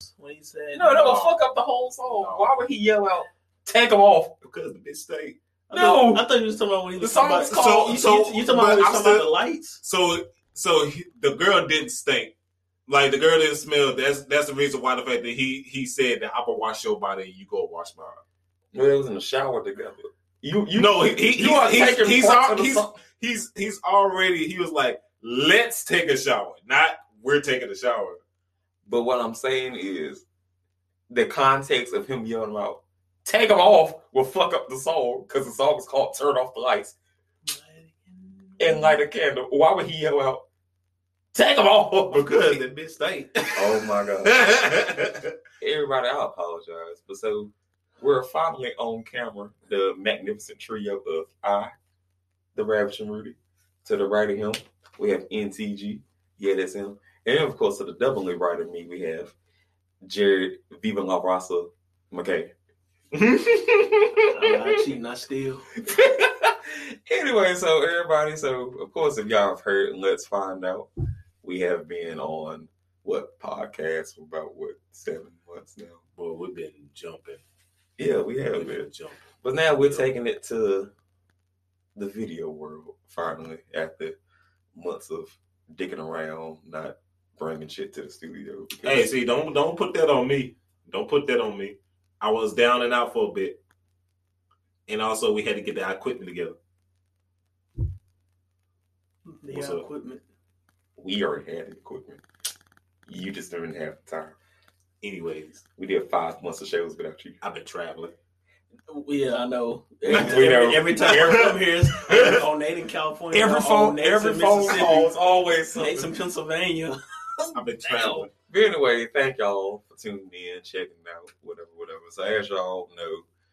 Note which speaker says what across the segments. Speaker 1: holes when he said
Speaker 2: No, that would fuck up the whole song.
Speaker 3: No.
Speaker 2: Why would he yell out, take him off?
Speaker 3: because the bitch stayed.
Speaker 1: I thought-
Speaker 2: No.
Speaker 1: I thought you was talking about when he
Speaker 2: The
Speaker 1: was
Speaker 2: song
Speaker 1: talking
Speaker 2: is
Speaker 1: about.
Speaker 2: called-
Speaker 1: you,
Speaker 3: so-
Speaker 1: you, you talking about when he
Speaker 3: but
Speaker 1: was
Speaker 3: I'm
Speaker 1: talking about
Speaker 3: still-
Speaker 1: the lights?
Speaker 3: So so he, the girl didn't stink. Like the girl didn't smell. That's that's the reason why the fact that he he said that I'm gonna wash your body and you go wash mine.
Speaker 2: No, they was in the shower together. You, you
Speaker 3: You know he, he,
Speaker 2: you are
Speaker 3: he's,
Speaker 2: taking
Speaker 3: he's, he's,
Speaker 2: parts
Speaker 3: al-
Speaker 2: of the
Speaker 3: he's,
Speaker 2: song.
Speaker 3: he's he's already he was like let's take a shower, not we're taking a shower.
Speaker 2: But what I'm saying is, the context of him yelling out, take him off, will fuck up the song because the song is called Turn Off the Lights and Light a Candle. Why would he yell out, take him off?
Speaker 3: Because the bitch stink.
Speaker 2: Oh my God. Everybody, I apologize. But so we're finally on camera, the magnificent trio of I, the Ravishing Rudy. To the right of him, we have NTG. Yeah, that's him. And of course, to the doubly right of me, we have Jared Viva La Rosa McKay.
Speaker 1: I'm not cheating, I steal.
Speaker 2: anyway, so everybody, so of course, if y'all have heard, let's find out. We have been on what podcast for about what seven months now.
Speaker 3: Boy, we've been jumping.
Speaker 2: Yeah, we have
Speaker 3: We've
Speaker 2: been.
Speaker 3: been jumping.
Speaker 2: But now we're taking it to the video world finally after months of dicking around, not bringing shit to the studio.
Speaker 3: Hey, see, don't don't put that on me. Don't put that on me. I was down and out for a bit, and also we had to get the equipment together.
Speaker 1: They
Speaker 3: What's
Speaker 1: got
Speaker 3: up?
Speaker 1: equipment.
Speaker 2: we already had the equipment. You just didn't have the time.
Speaker 3: Anyways,
Speaker 2: We did five months of shows without you.
Speaker 3: I've been traveling.
Speaker 1: Yeah, I know.
Speaker 2: We
Speaker 1: Every,
Speaker 2: know.
Speaker 1: every, every time I come here, it's on Nate in California. on Nate in Mississippi,
Speaker 2: is always
Speaker 1: Nate's in Pennsylvania.
Speaker 3: I've been traveling.
Speaker 2: But anyway, thank y'all for tuning in, checking out, whatever, whatever. So as y'all know,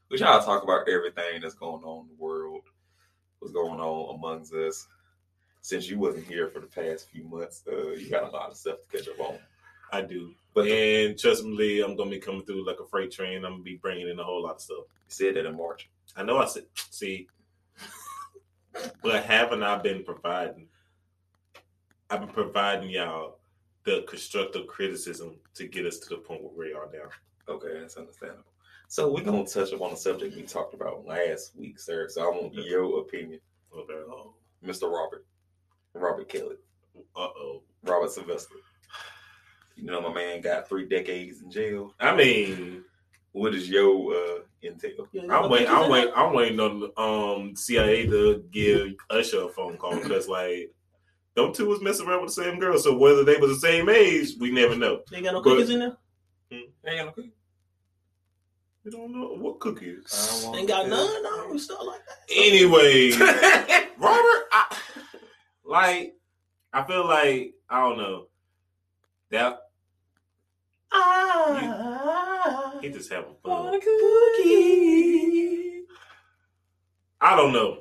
Speaker 2: we try to talk about everything that's going on in the world, what's going on amongst us. Since you wasn't here for the past few months, uh, you got a lot of stuff to catch up on.
Speaker 3: I do.
Speaker 2: But you
Speaker 3: And trust me, Lee, I'm gonna be coming through like a freight train. I'm gonna be bringing in a whole lot of stuff.
Speaker 2: said that in March.
Speaker 3: I know. I said, see, but haven't I been providing? I've been providing y'all the constructive criticism to get us to the point where we are now.
Speaker 2: Okay, that's understandable. So we're gonna touch upon a subject we talked about last week, sir. So I want your opinion,
Speaker 3: Okay.
Speaker 1: Oh,
Speaker 2: Mr. Robert, Robert Kelly,
Speaker 3: Uh oh.
Speaker 2: Robert Sylvester. You know my man got three decades in jail.
Speaker 3: I mean.
Speaker 2: What is your uh, intel?
Speaker 1: yeah,
Speaker 3: I'm waiting. I'm waiting. I'm waiting on um CIA to give Usher a phone call because like them two was messing around with the same girl. So whether they were the same age, we never know.
Speaker 1: They got no
Speaker 3: But-
Speaker 1: cookies in there?
Speaker 2: Ain't okay.
Speaker 3: We don't know what cookies.
Speaker 1: Ain't got none? No, stuff like that.
Speaker 3: Anyway, Robert,
Speaker 2: none.
Speaker 3: I, like I feel like I don't know that he
Speaker 1: I
Speaker 3: just having
Speaker 1: want
Speaker 3: fun.
Speaker 1: a cookie.
Speaker 3: I don't know.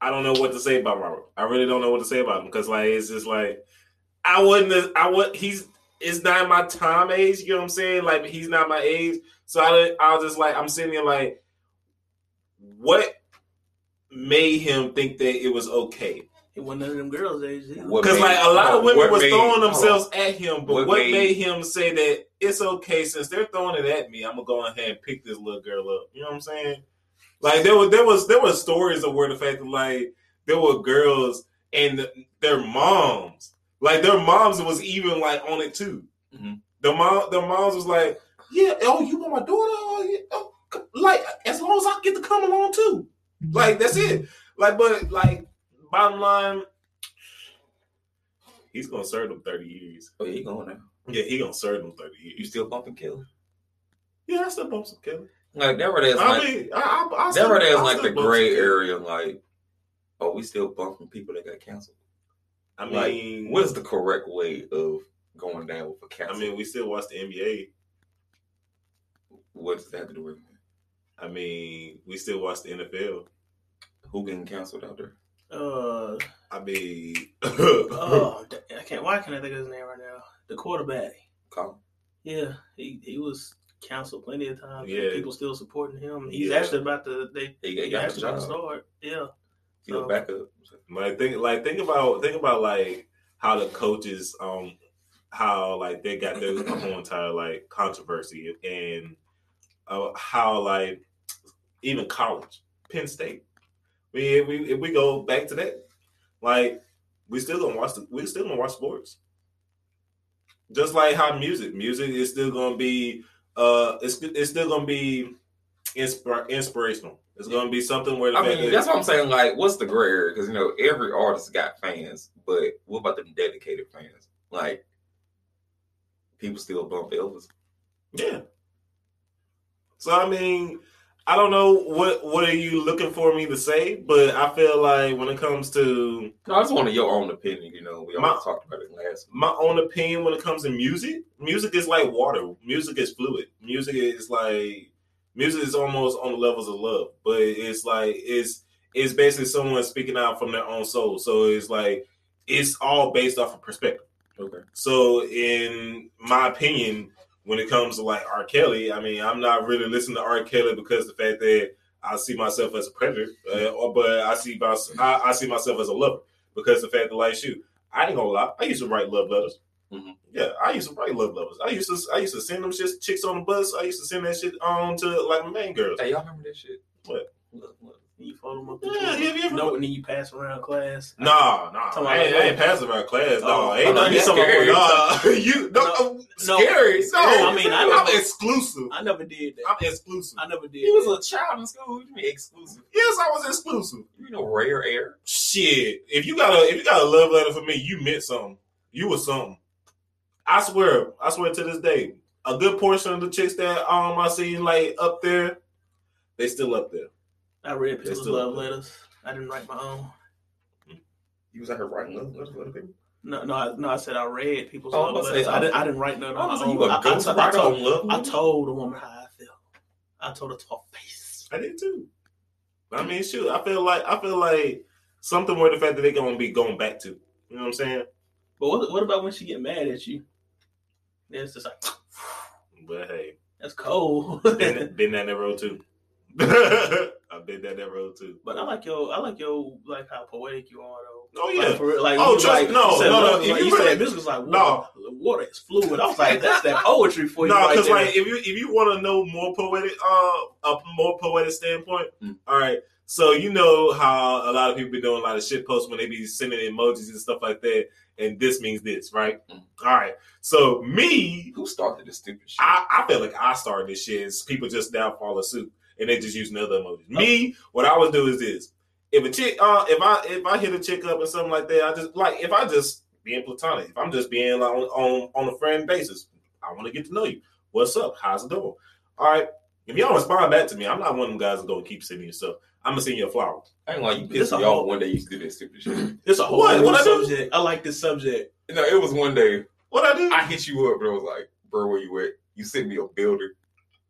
Speaker 3: I don't know what to say about Robert. I really don't know what to say about him because like it's just like I wouldn't. I would. He's it's not my time age. You know what I'm saying? Like he's not my age. So I didn't- I was just like I'm sitting here like, what made him think that it was okay?
Speaker 1: It wasn't none of them girls' age. either.
Speaker 2: What-
Speaker 3: Because
Speaker 2: made-
Speaker 3: like a lot
Speaker 2: hold on,
Speaker 3: of women
Speaker 2: what
Speaker 3: was
Speaker 2: made-
Speaker 3: throwing
Speaker 2: hold on.
Speaker 3: themselves at him, but
Speaker 2: What
Speaker 3: what,
Speaker 2: made-
Speaker 3: made, him say that it's okay since they're throwing it at me, I'm gonna go ahead and pick this little girl up. You know what I'm saying? Like there was there was there was stories of where the fact that like there were girls and their moms, like their moms was even like on it too.
Speaker 2: Mhm.
Speaker 3: The mom the moms was like, yeah, oh you want my daughter? Oh, yeah, oh, c- like as long as I get to come along too, like that's it. Like but like bottom line. He's gonna serve them thirty years.
Speaker 2: Oh, you going now?
Speaker 3: Yeah, he gonna serve them thirty
Speaker 2: You
Speaker 3: years.
Speaker 2: still bumping Kelly?
Speaker 3: Yeah, I still bump some Kelly.
Speaker 2: Like that right there's
Speaker 3: I
Speaker 2: like
Speaker 3: mean, I, I, I
Speaker 2: that
Speaker 3: still-
Speaker 2: right there's
Speaker 3: I
Speaker 2: like the
Speaker 3: still bump
Speaker 2: gray
Speaker 3: some Kelly.
Speaker 2: area. Like, are we still bumping people that got canceled?
Speaker 3: I
Speaker 2: Like,
Speaker 3: mean,
Speaker 2: What is the correct way of going down with a cancel?
Speaker 3: I mean, we still watch the NBA.
Speaker 2: what does that have to do with it?
Speaker 3: I mean, we still watch the NFL.
Speaker 2: who getting canceled out there?
Speaker 1: Uh,
Speaker 3: I mean,
Speaker 1: oh, da- I can't. Why can't I think of his name right now? The quarterback.
Speaker 2: Colin.
Speaker 1: Yeah, he, he was canceled plenty of times.
Speaker 3: Yeah.
Speaker 1: people still supporting him. He's
Speaker 3: Yeah.
Speaker 1: actually about to. They
Speaker 2: He,
Speaker 1: he
Speaker 2: got the
Speaker 1: actually about to
Speaker 2: job.
Speaker 1: start. Yeah,
Speaker 2: He'll
Speaker 1: so-
Speaker 2: back up.
Speaker 3: like think, like think about think about like how the coaches um how like they got their the whole entire like controversy and uh, how like even college, Penn State. We if we if we go back to that, like we still gonna watch the, we still gonna watch sports. Just like how music, music is still gonna be uh it's it's still gonna be inspir- inspirational. It's gonna be something where
Speaker 2: I mean, that's what I'm saying. Like, what's the gray area? Because you know, every artist got fans, but what about the dedicated fans? Like, people still bump Elvis.
Speaker 3: yeah. So I mean, I don't know what what are you looking for me to say, but I feel like when it comes to
Speaker 2: No, I just wanted your own opinion. You know, we
Speaker 3: My-
Speaker 2: all talked about it last.
Speaker 3: my own opinion when it comes to music, music is like water. Music is fluid. Music is like music is almost on the levels of love, but it's like it's it's basically someone speaking out from their own soul. So it's like it's all based off of perspective.
Speaker 2: Okay.
Speaker 3: So in my opinion, when it comes to like R. Kelly, I mean, I'm not really listening to R. Kelly because the fact that I see myself as a predator, uh, or- but I see my, I, I see myself as a lover because the fact that like shoot, I ain't gonna lie, I used to write love letters.
Speaker 2: Mhm.
Speaker 3: Yeah, I used to write love letters. I used to I used to send them shit chicks on the bus. I used to send that shit on to like my main girls.
Speaker 2: Hey, y'all remember that shit?
Speaker 3: What?
Speaker 2: Look, look.
Speaker 1: You phone them up.
Speaker 3: Yeah, you ever-
Speaker 1: No, and then you pass around class.
Speaker 3: Nah,
Speaker 1: Talking
Speaker 3: nah,
Speaker 1: about
Speaker 3: I ain't, I ain't
Speaker 1: love.
Speaker 3: passing my class.
Speaker 1: Oh,
Speaker 3: No,
Speaker 1: oh,
Speaker 3: ain't
Speaker 1: no,
Speaker 3: nothing.
Speaker 1: that's
Speaker 3: something-
Speaker 2: scary.
Speaker 3: Nah, you no,
Speaker 1: No,
Speaker 3: I'm
Speaker 1: no.
Speaker 2: Scary.
Speaker 3: No,
Speaker 2: scary.
Speaker 3: I mean, I
Speaker 1: know-
Speaker 3: am exclusive.
Speaker 1: I never did that.
Speaker 3: I'm exclusive.
Speaker 1: I never did.
Speaker 2: He was
Speaker 1: that.
Speaker 2: a child in school. You mean exclusive?
Speaker 3: Yes, I was exclusive.
Speaker 2: You know, rare air.
Speaker 3: Shit, if you got a if you got a love letter for me, you meant something. You was something. I swear, I swear to this day, a good portion of the chicks that um I seen like up there, they still up there.
Speaker 1: I read
Speaker 3: They
Speaker 1: people's
Speaker 3: still-
Speaker 1: love letters. I didn't write my own.
Speaker 2: You was out here writing letters, letters, letters, letters.
Speaker 1: No, no, I, no. I said I read people's
Speaker 2: Oh, I
Speaker 1: love
Speaker 2: was
Speaker 1: letters.
Speaker 2: gonna
Speaker 1: I
Speaker 2: say,
Speaker 1: didn't. I didn't write none.
Speaker 2: I was
Speaker 1: on
Speaker 2: like,
Speaker 1: my
Speaker 2: you
Speaker 1: own.
Speaker 2: a
Speaker 1: I, I,
Speaker 2: ghost
Speaker 1: t- I,
Speaker 2: writer
Speaker 1: told,
Speaker 2: on love
Speaker 1: I
Speaker 2: letters?
Speaker 1: told the woman how I felt. I told her to her face.
Speaker 3: I did too. I mean, shoot, I feel like I feel like something where the fact that they gonna be going back to. You know what I'm saying?
Speaker 1: But what, what about when she get mad at you? Then it's just like
Speaker 3: But hey,
Speaker 1: that's cold.
Speaker 3: been, been down that road too. I've been down that road too.
Speaker 1: But I like your, I like your, like how poetic you are though.
Speaker 3: Oh,
Speaker 1: Like,
Speaker 3: yeah.
Speaker 1: for real, like
Speaker 3: Oh,
Speaker 1: you was
Speaker 3: trust-
Speaker 1: like,
Speaker 3: no,
Speaker 1: you said,
Speaker 3: no, no,
Speaker 1: love was
Speaker 3: if
Speaker 1: like,
Speaker 3: you
Speaker 1: you said
Speaker 3: really-
Speaker 1: this was like water,
Speaker 3: No.
Speaker 1: water is fluid. I was like, that's that poetry for you.
Speaker 3: No,
Speaker 1: right
Speaker 3: because
Speaker 1: there.
Speaker 3: like if you if you want to know more poetic, uh, a more poetic standpoint.
Speaker 2: Mm.
Speaker 3: All right, so you know how a lot of people be doing a lot of shit posts when they be sending emojis and stuff like that, and this means this, right?
Speaker 2: Mm.
Speaker 3: All right, so me,
Speaker 2: Who started this stupid shit?
Speaker 3: I, I feel like I started this shit. It's people just now follow suit and they just using other emojis. Me, what I would do is this: if a chick, uh, if I if I hit a chick up or something like that, I just like if I just being platonic, if I'm just being like on on, on a friend basis, I want to get to know you. What's up? How's it going? All right. If y'all respond back to me, I'm not one of them guys that gonna keep sending you stuff. I'm gonna send you a flower.
Speaker 2: I ain't like you
Speaker 1: This
Speaker 2: pissed
Speaker 1: a
Speaker 2: me off
Speaker 1: whole-
Speaker 2: one day you used to do this stupid shit.
Speaker 1: This a whole
Speaker 3: What?
Speaker 1: new
Speaker 3: What I do?
Speaker 1: subject. I like this subject.
Speaker 2: no, it was one day
Speaker 3: What I do?
Speaker 2: I hit you up, and I was like, bro, where you at? You sent me a builder.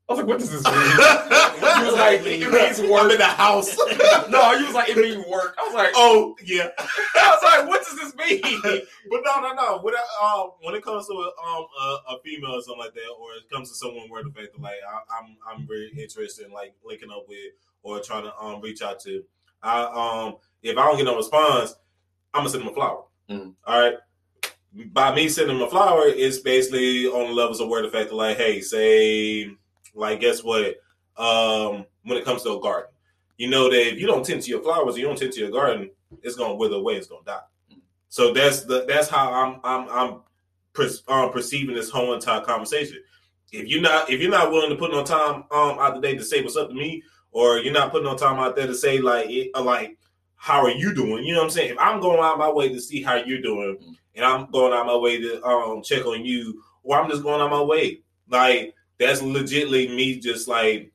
Speaker 2: I was like, what does this mean?
Speaker 3: I
Speaker 2: you was like, it means
Speaker 3: I'm
Speaker 2: work.
Speaker 3: in the house.
Speaker 2: no, you was like, it means work. I was like,
Speaker 3: oh yeah.
Speaker 2: I was like, what does this mean?
Speaker 3: But no, no, no. When, I, um, when it comes to um, a, a female or something like that, or it comes to someone where the fact that like I, I'm I'm very interested in like linking up with or trying to um reach out to, I um if I don't get no response, I'm gonna send them a flower.
Speaker 2: Mhm.
Speaker 3: All right. By me sending them a flower, it's basically on the levels of where the fact that like, hey, say like guess what? Um, when it comes to a garden, you know that if you don't tend to your flowers, you don't tend to your garden, it's gonna wither away, it's gonna die. So that's the that's how I'm I'm I'm per, um, perceiving this whole entire conversation. If you're not if you're not willing to put no time um out the day to say what's up to me, or you're not putting no time out there to say like it, uh, like how are you doing? You know what I'm saying? If I'm going out my way to see how you're doing, and I'm going out my way to um check on you, or I'm just going out my way, like that's legitly me just like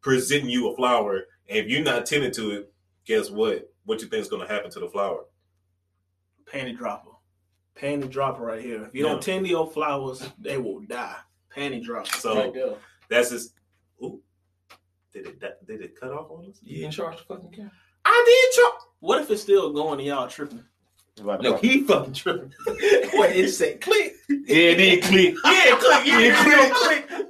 Speaker 3: presenting you a flower. And if you're not tending to it, guess what? What you think is going to happen to the flower?
Speaker 1: Panty dropper. Panty dropper right here. If you
Speaker 3: Yeah.
Speaker 1: don't tend to your flowers, they will die. Panty dropper.
Speaker 3: So-
Speaker 1: right there.
Speaker 3: That's his. Ooh, did it that- did it cut off on us?
Speaker 2: You in charge of fucking camera?
Speaker 3: I did try.
Speaker 1: What if it's still going and y'all tripping?
Speaker 2: No, he fucking tripping.
Speaker 1: What it said click.
Speaker 3: yeah, it did click.
Speaker 2: Yeah, click, yeah, click, click.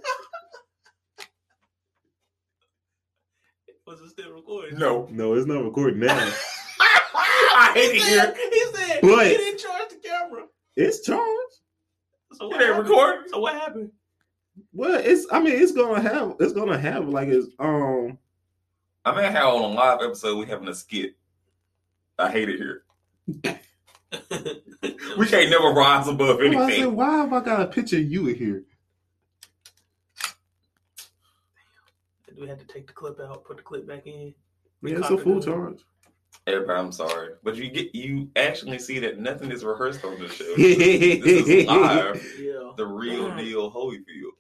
Speaker 1: Was it still recording?
Speaker 2: No.
Speaker 4: No, it's not recording now.
Speaker 2: I hate it
Speaker 1: He
Speaker 2: here.
Speaker 1: said, he said
Speaker 4: But-
Speaker 1: he didn't charge the camera.
Speaker 4: it's charged.
Speaker 1: So what? They're recording. So what happened?
Speaker 4: Well, it's I mean it's gonna have it's gonna have like it's um
Speaker 2: I mean, how on a live episode we having a skit. I hate it here. we can't never rise above
Speaker 4: oh, I said,
Speaker 2: anything.
Speaker 4: why have I got a picture of you in here?
Speaker 1: Do we have to take the clip out, put the clip back in? We
Speaker 4: Yeah, it's a
Speaker 1: copied
Speaker 4: full
Speaker 1: it.
Speaker 4: charge.
Speaker 2: Everybody, I'm sorry, but you get you actually see that nothing is rehearsed on this show. this is
Speaker 4: yeah,
Speaker 2: live,
Speaker 1: Yeah.
Speaker 2: the real deal, Holyfield.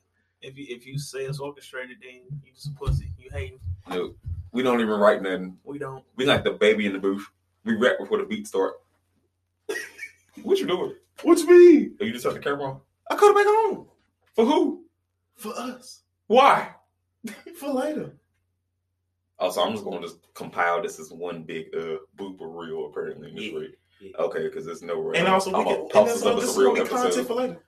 Speaker 1: If you if you say it's orchestrated, then you just a pussy. You hating.
Speaker 2: No, we don't even write nothing.
Speaker 1: We don't.
Speaker 2: We like the baby in the booth. We rap before the beat start. what you doing?
Speaker 4: what you mean?
Speaker 2: Oh, you just turned the camera on. I cut it back on. For who?
Speaker 4: For us.
Speaker 2: Why?
Speaker 4: For later.
Speaker 2: Oh, so I'm just going to just compile this as one big uh blooper reel, apparently. in this
Speaker 3: Yeah,
Speaker 2: week.
Speaker 3: yeah.
Speaker 2: Okay, because there's no real.
Speaker 3: And also, we
Speaker 2: I'm
Speaker 3: can,
Speaker 2: gonna
Speaker 3: and
Speaker 2: toss
Speaker 3: that's
Speaker 2: this up
Speaker 3: this
Speaker 2: as
Speaker 3: is
Speaker 2: a real
Speaker 3: gonna be content
Speaker 2: episode.
Speaker 3: for later.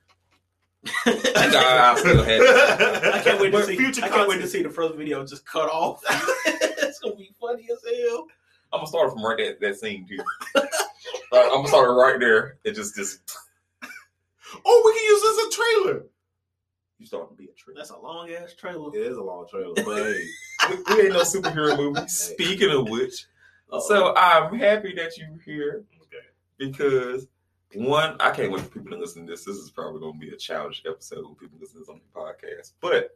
Speaker 2: I, think I, I still had it.
Speaker 1: I can't wait to
Speaker 3: But
Speaker 1: see.
Speaker 3: future
Speaker 1: I can't wait to
Speaker 3: content.
Speaker 1: see the first video just cut off. it's gonna be funny as hell.
Speaker 2: I'm gonna start from right that that scene too. Like, I'm gonna start right there. It just just
Speaker 4: Oh, we can use this as a trailer.
Speaker 2: you start to be a trip.
Speaker 1: That's a long ass trailer.
Speaker 3: It is a long trailer, but hey,
Speaker 2: We, we ain't no superhero movie. Speaking of which, So I'm happy that you're here
Speaker 3: Okay.
Speaker 2: because one, I can't wait for people to listen to this. This is probably going to be a childish episode when people listen to this on the podcast. But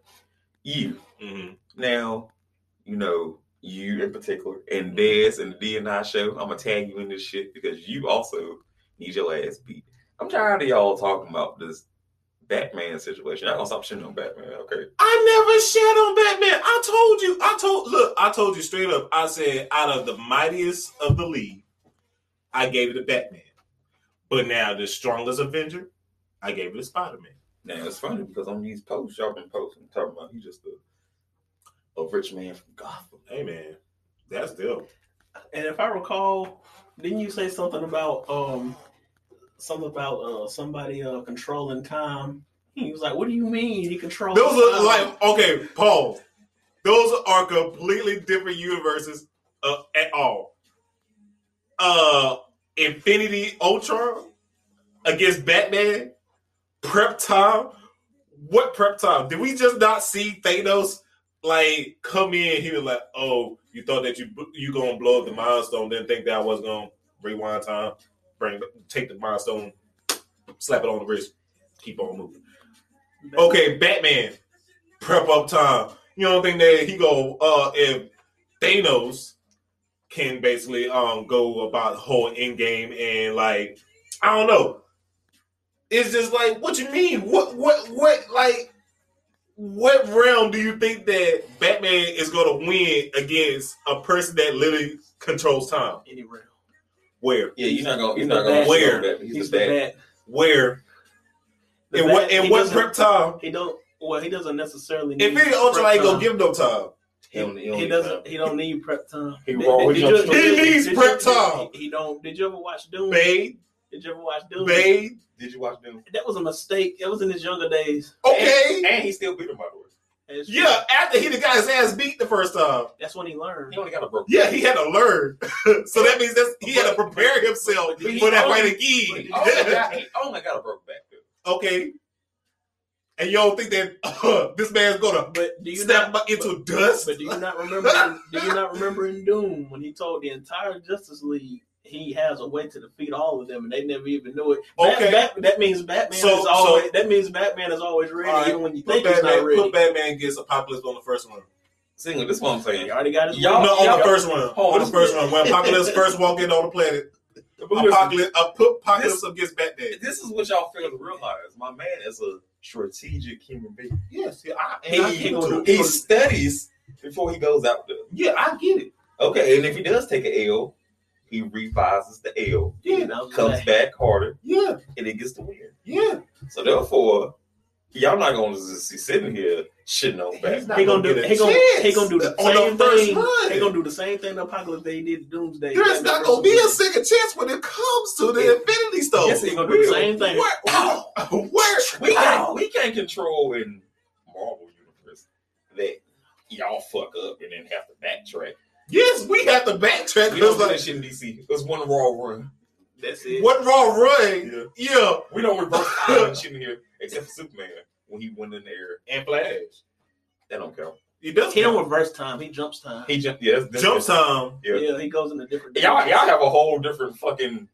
Speaker 2: you
Speaker 3: mhm.
Speaker 2: now, you know you in particular, and Des and the D and I show. I'm gonna tag you in this shit because you also need your ass beat. I'm tired of y'all talking about this Batman situation. I don't stop shitting on Batman. Okay,
Speaker 3: I never shat on Batman. I told you. I told look. I told you straight up. I said out of the mightiest of the league, I gave it to Batman. But now the strongest Avenger, I gave it to Spider Man.
Speaker 2: now it's funny because on these posts, y'all been posting talking about he just a a rich man from Gotham.
Speaker 3: Hey man, that's still
Speaker 1: And if I recall, didn't you say something about um something about uh somebody uh controlling time? He was like, "What do you mean he controls?"
Speaker 3: those are
Speaker 1: time?"
Speaker 3: like okay, Paul. Those are completely different universes uh, at all. Uh, Infinity Ultron against Batman. Prep time. What prep time? Did we just not see Thanos like come in? He was like, "Oh, you thought that you you gonna blow up the Mind Stone? Didn't think that I was gonna rewind time, bring take the Mind Stone, slap it on the wrist, keep on moving." okay, Batman, prep up time. You don't think that he go uh if Thanos can basically um go about the whole end game and like I don't know. It's just like what you mean? What what what like what realm do you think that Batman is gonna win against a person that literally controls time?
Speaker 1: Any round.
Speaker 3: Where?
Speaker 2: Yeah, you're not gonna. You're
Speaker 1: He's
Speaker 2: not
Speaker 1: the
Speaker 2: gonna
Speaker 1: bad.
Speaker 2: wear that. He's,
Speaker 1: He's
Speaker 2: the
Speaker 1: the
Speaker 2: bad.
Speaker 1: bat.
Speaker 3: Where?
Speaker 1: The
Speaker 3: and
Speaker 1: bat,
Speaker 3: what and
Speaker 1: he
Speaker 3: what
Speaker 1: doesn't-
Speaker 3: prep time?
Speaker 1: He don't. Well, he doesn't necessarily. Need
Speaker 3: Infinity Ultron ain't
Speaker 1: prep
Speaker 3: gonna
Speaker 1: time.
Speaker 3: give him no time.
Speaker 1: He, he doesn't. He don't need prep time.
Speaker 2: He
Speaker 1: Did-
Speaker 2: raw,
Speaker 1: did
Speaker 2: he
Speaker 1: you-
Speaker 2: jumps
Speaker 1: did-
Speaker 3: straight. He
Speaker 1: did
Speaker 3: needs
Speaker 1: you-
Speaker 3: prep time.
Speaker 1: He, he don't. Did you ever watch Doom?
Speaker 3: Bade,
Speaker 1: Did you ever watch Doom?
Speaker 3: Bade,
Speaker 2: Did you watch Doom?
Speaker 1: That was a mistake. That was in his younger days.
Speaker 3: okay.
Speaker 2: And, and he still beat him by the way.
Speaker 1: That's true.
Speaker 3: Yeah, after he done got his ass beat the first time.
Speaker 1: That's when he learned.
Speaker 2: He only got a broke.
Speaker 3: Yeah, he had to learn. so that means that's he had to prepare himself
Speaker 2: But he
Speaker 3: for that
Speaker 2: only-
Speaker 3: fight
Speaker 2: He
Speaker 3: again.
Speaker 2: only got, Oh he only got a broke back. though.
Speaker 3: okay. And you don't think that this man's gonna
Speaker 1: But do you
Speaker 3: snap
Speaker 1: not?
Speaker 3: my- into dust?
Speaker 1: But do you not remember? do you not remember in Doom when he told the entire Justice League he has a way to defeat all of them, and they never even knew it? Bat-
Speaker 3: Okay.
Speaker 1: Bat- that means Batman
Speaker 3: So-
Speaker 1: is
Speaker 3: so-
Speaker 1: always. that means Batman is always ready,
Speaker 3: All right,
Speaker 1: even when you
Speaker 3: put
Speaker 1: think he's not
Speaker 3: Batman,
Speaker 1: ready.
Speaker 3: put Batman against Apocalypse on the first one.
Speaker 2: Single. This is what I'm saying.
Speaker 1: He already got his.
Speaker 2: Y'all-
Speaker 1: win.
Speaker 3: no, on
Speaker 2: yeah.
Speaker 3: the first one.
Speaker 2: Hold
Speaker 3: on the
Speaker 2: on.
Speaker 3: first one. When Apocalypse first walked in on the planet,
Speaker 2: But listen,
Speaker 3: Apocalypse, I put Apocalypse against Batman.
Speaker 2: this is what y'all fail to realize. My man is a strategic human being.
Speaker 3: Yes, yeah, I,
Speaker 1: And I
Speaker 2: He,
Speaker 1: can't go
Speaker 2: he
Speaker 1: do-
Speaker 2: studies before he goes out there.
Speaker 3: yeah, I get it.
Speaker 2: Okay, and if he does take an L, he revises the L,
Speaker 1: You know,
Speaker 2: comes back harder,
Speaker 3: yeah,
Speaker 2: and he gets the win.
Speaker 3: yeah.
Speaker 2: So therefore, y'all not gonna just be sitting here shitting on Batman.
Speaker 3: He's not
Speaker 1: He gonna
Speaker 3: gonna
Speaker 1: do.
Speaker 3: get a
Speaker 1: He gonna. He
Speaker 3: chance
Speaker 1: gonna do the
Speaker 3: on the
Speaker 1: same
Speaker 3: first
Speaker 1: thing.
Speaker 3: run.
Speaker 1: He gonna do the same thing the Apocalypse they did to Doomsday. Batman
Speaker 3: There's not
Speaker 1: versus
Speaker 3: gonna be a
Speaker 1: Superman.
Speaker 3: second chance when it comes to the
Speaker 2: Yeah.
Speaker 3: Infinity Stone.
Speaker 2: Yes, he
Speaker 1: He gonna do the
Speaker 2: Really?
Speaker 1: same thing.
Speaker 3: Where, where,
Speaker 2: We can't, we can't control in Marvel universe that y'all fuck up and then have to backtrack.
Speaker 3: Yes, we have to backtrack.
Speaker 2: We don't
Speaker 3: Because
Speaker 2: do
Speaker 3: like,
Speaker 2: that shit in DC. It was one raw run. That's it.
Speaker 3: What Raw run?
Speaker 2: Yeah.
Speaker 3: Yeah.
Speaker 2: We don't reverse Iron shit in here except for Superman when he went in the air and Flash. That don't count.
Speaker 3: He does.
Speaker 1: He don't reverse time. He jumps time.
Speaker 2: He jumped. Yeah, that's, that's
Speaker 3: jump time.
Speaker 2: Yeah.
Speaker 1: yeah, he goes in a different.
Speaker 2: Y'all, y'all have a whole different fucking